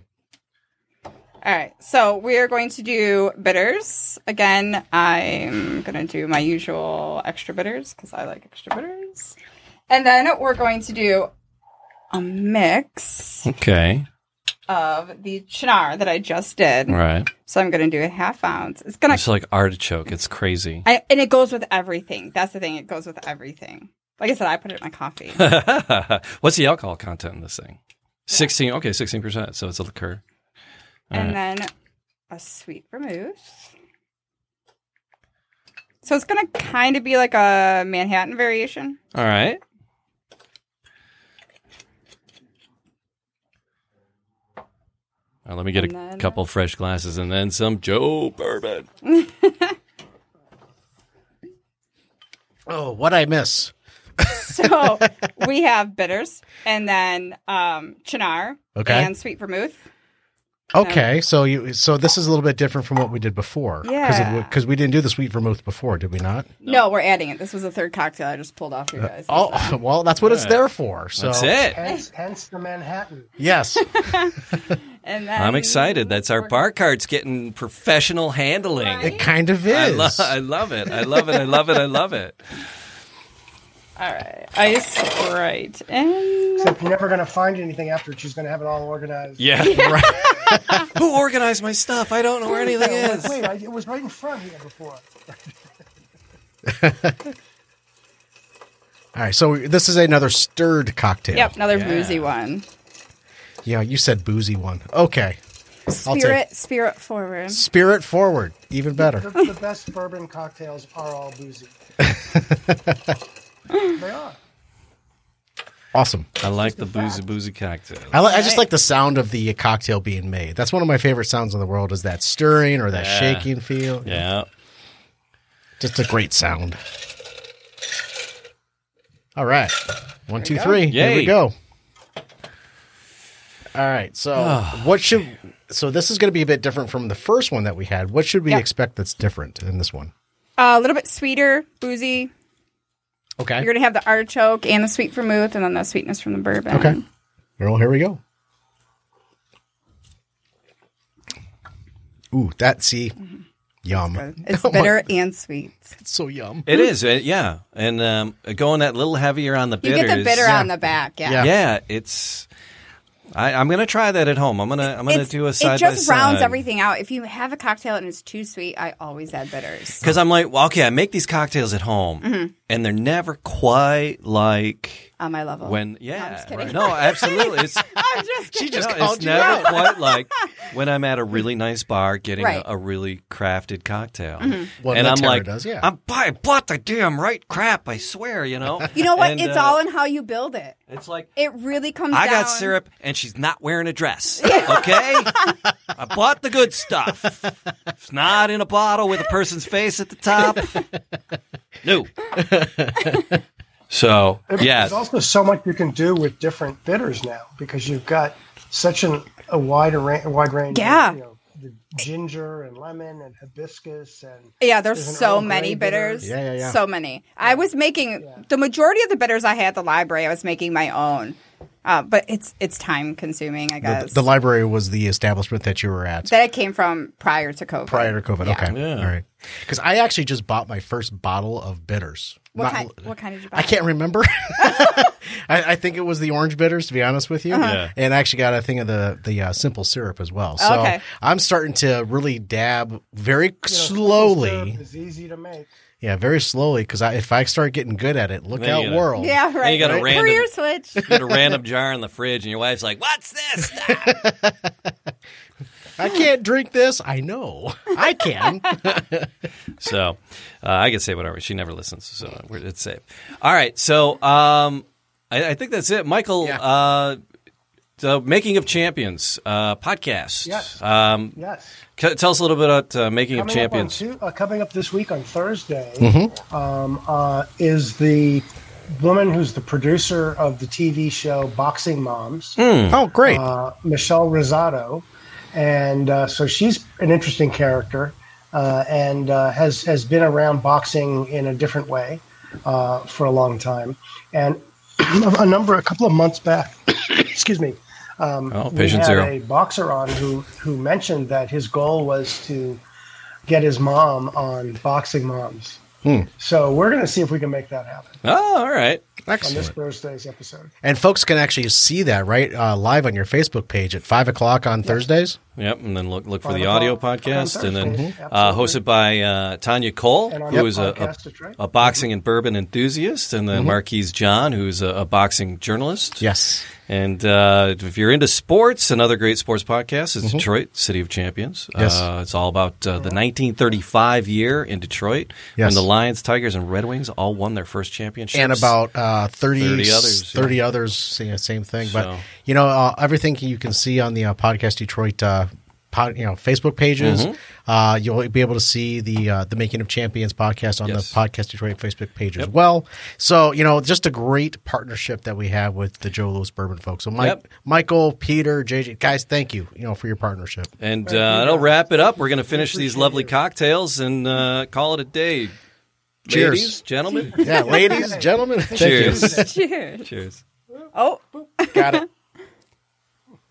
Speaker 5: right. So we are going to do bitters again. I'm gonna do my usual extra bitters because I like extra bitters, and then we're going to do a mix
Speaker 3: Okay.
Speaker 5: of the chinar that I just did.
Speaker 3: All right.
Speaker 5: So I'm gonna do a half ounce. It's gonna
Speaker 3: It's like artichoke. It's crazy.
Speaker 5: I, and it goes with everything. That's the thing. It goes with everything. Like I said, I put it in my coffee.
Speaker 3: What's the alcohol content in this thing? Sixteen. Okay, sixteen percent. So it's a liqueur.
Speaker 5: and then a sweet vermouth. So it's going to kind of be like a Manhattan variation.
Speaker 3: All right. Now let me get a
Speaker 5: And then-
Speaker 3: couple fresh glasses and then some Joe Bourbon.
Speaker 4: Oh, what I miss.
Speaker 5: So we have bitters and then um, Chinar
Speaker 4: Okay.
Speaker 5: and sweet vermouth.
Speaker 4: Okay, so you so this is a little bit different from what we did before.
Speaker 5: Yeah.
Speaker 4: Because we didn't do the sweet vermouth before, did we not?
Speaker 5: No. we're adding it. This was the third cocktail I just pulled off you guys.
Speaker 4: Oh, well, that's what it's
Speaker 3: Right.
Speaker 4: there for. So
Speaker 3: That's it.
Speaker 6: Hence, hence the Manhattan.
Speaker 4: Yes.
Speaker 5: And then
Speaker 3: I'm excited. That's our bar cart's getting professional handling.
Speaker 4: It kind of is.
Speaker 3: I, lo- I love it. I love it. I love it. I love it.
Speaker 5: All right. Ice right in.
Speaker 6: Except you're never going to find anything after it. She's going to have it all organized.
Speaker 3: Yeah. Who organized my stuff? I don't know where anything is.
Speaker 6: Wait, I, it was right in front here before.
Speaker 4: All right, so this is another stirred cocktail.
Speaker 5: Yep, another
Speaker 3: Yeah.
Speaker 5: boozy one.
Speaker 4: Yeah, you said boozy one. Okay. I'll take-
Speaker 5: Spirit, spirit forward.
Speaker 4: Spirit forward, even
Speaker 6: The,
Speaker 4: better.
Speaker 6: the best bourbon cocktails are all boozy. they are.
Speaker 4: Awesome.
Speaker 3: I like the boozy boozy cocktail.
Speaker 4: I, li- I just like the sound of the cocktail being made. That's one of my favorite sounds in the world. Is that stirring or that
Speaker 3: Yeah.
Speaker 4: shaking feel?
Speaker 3: Yeah.
Speaker 4: Just a great sound. All right. One, two,
Speaker 5: go.
Speaker 4: three. Here
Speaker 3: Yay.
Speaker 4: we go. All right. So, what should. So, this is going to be a bit different from the first one that we had. What should we
Speaker 5: Yeah.
Speaker 4: expect that's different in this one?
Speaker 5: Uh, a little bit sweeter, boozy.
Speaker 4: Okay.
Speaker 5: You're gonna have the artichoke and the sweet vermouth, and then the sweetness from the bourbon.
Speaker 4: Okay. Well, here we go. Ooh, that, see, yum.
Speaker 5: It's
Speaker 4: Oh my-
Speaker 5: bitter and sweet.
Speaker 4: it's so yum.
Speaker 3: It is. It, yeah. And um, going that little heavier on the
Speaker 5: You
Speaker 3: bitters.
Speaker 5: get the bitter
Speaker 4: Yeah.
Speaker 5: on the back. Yeah.
Speaker 4: Yeah.
Speaker 3: Yeah, it's. I, I'm gonna try that at home. I'm gonna I'm gonna
Speaker 5: It's-
Speaker 3: do a side
Speaker 5: it just
Speaker 3: by
Speaker 5: rounds
Speaker 3: side.
Speaker 5: everything out. If you have a cocktail and it's too sweet, I always add bitters.
Speaker 3: Because I'm like, well, okay, I make these cocktails at home,
Speaker 5: Mm-hmm.
Speaker 3: and they're never quite like
Speaker 5: On my level.
Speaker 3: when. Yeah,
Speaker 5: Oh, I'm just kidding.
Speaker 3: no, absolutely. It's,
Speaker 5: I'm just kidding.
Speaker 4: She just
Speaker 3: no,
Speaker 4: called
Speaker 3: it's
Speaker 4: you
Speaker 3: never
Speaker 4: out.
Speaker 3: quite like when I'm at a really nice bar getting
Speaker 5: Right. Mm-hmm.
Speaker 3: a, a really crafted cocktail,
Speaker 4: Well,
Speaker 3: and
Speaker 4: that
Speaker 3: I'm
Speaker 4: Tara
Speaker 3: like,
Speaker 4: does, yeah.
Speaker 3: I'm, I bought the damn right crap. I swear, you know.
Speaker 5: You know what?
Speaker 3: And,
Speaker 5: it's
Speaker 3: uh,
Speaker 5: all in how you build it.
Speaker 3: It's like
Speaker 5: It really comes.
Speaker 3: I got
Speaker 5: down-
Speaker 3: syrup, and she's not wearing a dress. Okay, I bought the good stuff. It's not in a bottle with a person's face at the top. No. So yeah,
Speaker 6: There's also so much you can do with different bitters now because you've got such an, a wide range, wide range.
Speaker 5: Yeah.
Speaker 6: Of, you know, the ginger and lemon and hibiscus and
Speaker 5: Yeah, there's
Speaker 6: There's an
Speaker 5: so
Speaker 6: Earl Grey
Speaker 5: many
Speaker 6: bitter.
Speaker 5: bitters.
Speaker 4: Yeah, yeah, yeah.
Speaker 5: So many. I was making the majority of the bitters I had at the library. I was making my own, uh, but it's it's time consuming. I
Speaker 4: The,
Speaker 5: guess
Speaker 4: the library was the establishment that you were at.
Speaker 5: that I came from prior to COVID.
Speaker 4: prior to COVID.
Speaker 5: Yeah.
Speaker 4: Okay.
Speaker 3: Yeah.
Speaker 4: All right. Because I actually just bought my first bottle of bitters.
Speaker 5: What
Speaker 4: Not-
Speaker 5: kind? What kind did you buy?
Speaker 4: I can't remember. I, I think it was the orange bitters, to be honest with
Speaker 5: Uh-huh.
Speaker 4: you.
Speaker 3: Yeah.
Speaker 4: And I actually got a thing of the the uh, simple syrup as well. So
Speaker 5: Okay.
Speaker 4: I'm starting to really dab very
Speaker 6: syrup
Speaker 4: slowly.
Speaker 6: is easy to make.
Speaker 4: Yeah, very slowly. Because I, if I start getting good at it, look
Speaker 3: Then you
Speaker 4: out,
Speaker 3: gotta-
Speaker 4: world.
Speaker 5: Yeah, right.
Speaker 3: you got a
Speaker 5: right.
Speaker 3: random-
Speaker 5: Career switch.
Speaker 3: you get a random jar in the fridge, and your wife's like, "What's this?"
Speaker 4: I can't drink this. I know. I can.
Speaker 3: So uh, I can say whatever. She never listens, so we're, it's safe. All right. So um, I, I think that's it, Michael.
Speaker 4: Yeah.
Speaker 3: Uh, the Making of Champions uh, podcast.
Speaker 6: Yes.
Speaker 3: Um,
Speaker 6: Yes.
Speaker 3: C- tell us a little bit about uh, Making of
Speaker 6: Coming up on
Speaker 3: Champions. Mm-hmm.
Speaker 6: Tu- uh, coming up this week on Thursday um, uh, is the woman who's the producer of the TV show Boxing Moms,
Speaker 4: oh, great.
Speaker 6: uh, Michelle Rosado, and uh, so she's an interesting character uh, and uh, has has been around boxing in a different way uh, for a long time. And a number, a couple of months back, excuse me,
Speaker 3: oh,
Speaker 6: we
Speaker 3: Patient
Speaker 6: had
Speaker 3: Zero.
Speaker 6: a boxer on who who mentioned that his goal was to get his mom on Boxing Moms.
Speaker 3: Hmm.
Speaker 6: So we're going to see if we can make that happen
Speaker 3: Oh, all right.
Speaker 6: on this
Speaker 4: Excellent.
Speaker 6: Thursday's episode.
Speaker 4: And folks can actually see that right uh, live on your Facebook page at five o'clock on Thursdays.
Speaker 3: Yep. And then look look for
Speaker 6: Five
Speaker 3: the audio
Speaker 6: o'clock on
Speaker 3: podcast, and then
Speaker 6: Thursdays,
Speaker 3: uh,
Speaker 6: Mm-hmm. absolutely.
Speaker 3: hosted by uh, Tanya Cole,
Speaker 6: And on
Speaker 3: who
Speaker 6: the
Speaker 3: is a,
Speaker 6: podcast, that's
Speaker 3: a,
Speaker 6: right. Mm-hmm.
Speaker 3: a boxing and bourbon enthusiast, and then Marquise John, who's a, a boxing journalist.
Speaker 4: Yes.
Speaker 3: And uh, if you're into sports, another great sports podcast is Detroit City of Champions.
Speaker 4: Mm-hmm. Yes.
Speaker 3: Uh, it's all about uh, the 1935 year in Detroit
Speaker 4: Yes.
Speaker 3: when the Lions, Tigers, and Red Wings all won their first championship.
Speaker 4: and about uh, 30,
Speaker 3: 30
Speaker 4: 30
Speaker 3: others,
Speaker 4: others.
Speaker 3: yeah.
Speaker 4: 30 others, yeah, same thing.
Speaker 3: So-
Speaker 4: But you know, uh, everything you can see on the uh, podcast Detroit. Uh, Pod, you know, Facebook pages.
Speaker 3: Mm-hmm.
Speaker 4: Uh, you'll be able to see the uh, the Making of Champions podcast on
Speaker 3: Yes.
Speaker 4: the Podcast Detroit Facebook page as well. So you know, just a great partnership that we have with the Joe Louis Bourbon folks. So Mike,
Speaker 3: Yep.
Speaker 4: Michael, Peter, JJ, guys, thank you. You know, for your partnership.
Speaker 3: And uh, that'll wrap it up. We're going to finish these lovely cocktails and uh, call it a day.
Speaker 4: Cheers.
Speaker 3: Ladies, gentlemen.
Speaker 4: Yeah, ladies, gentlemen, thank you.
Speaker 3: Cheers.
Speaker 5: Cheers.
Speaker 3: Cheers.
Speaker 5: Oh,
Speaker 4: Got it.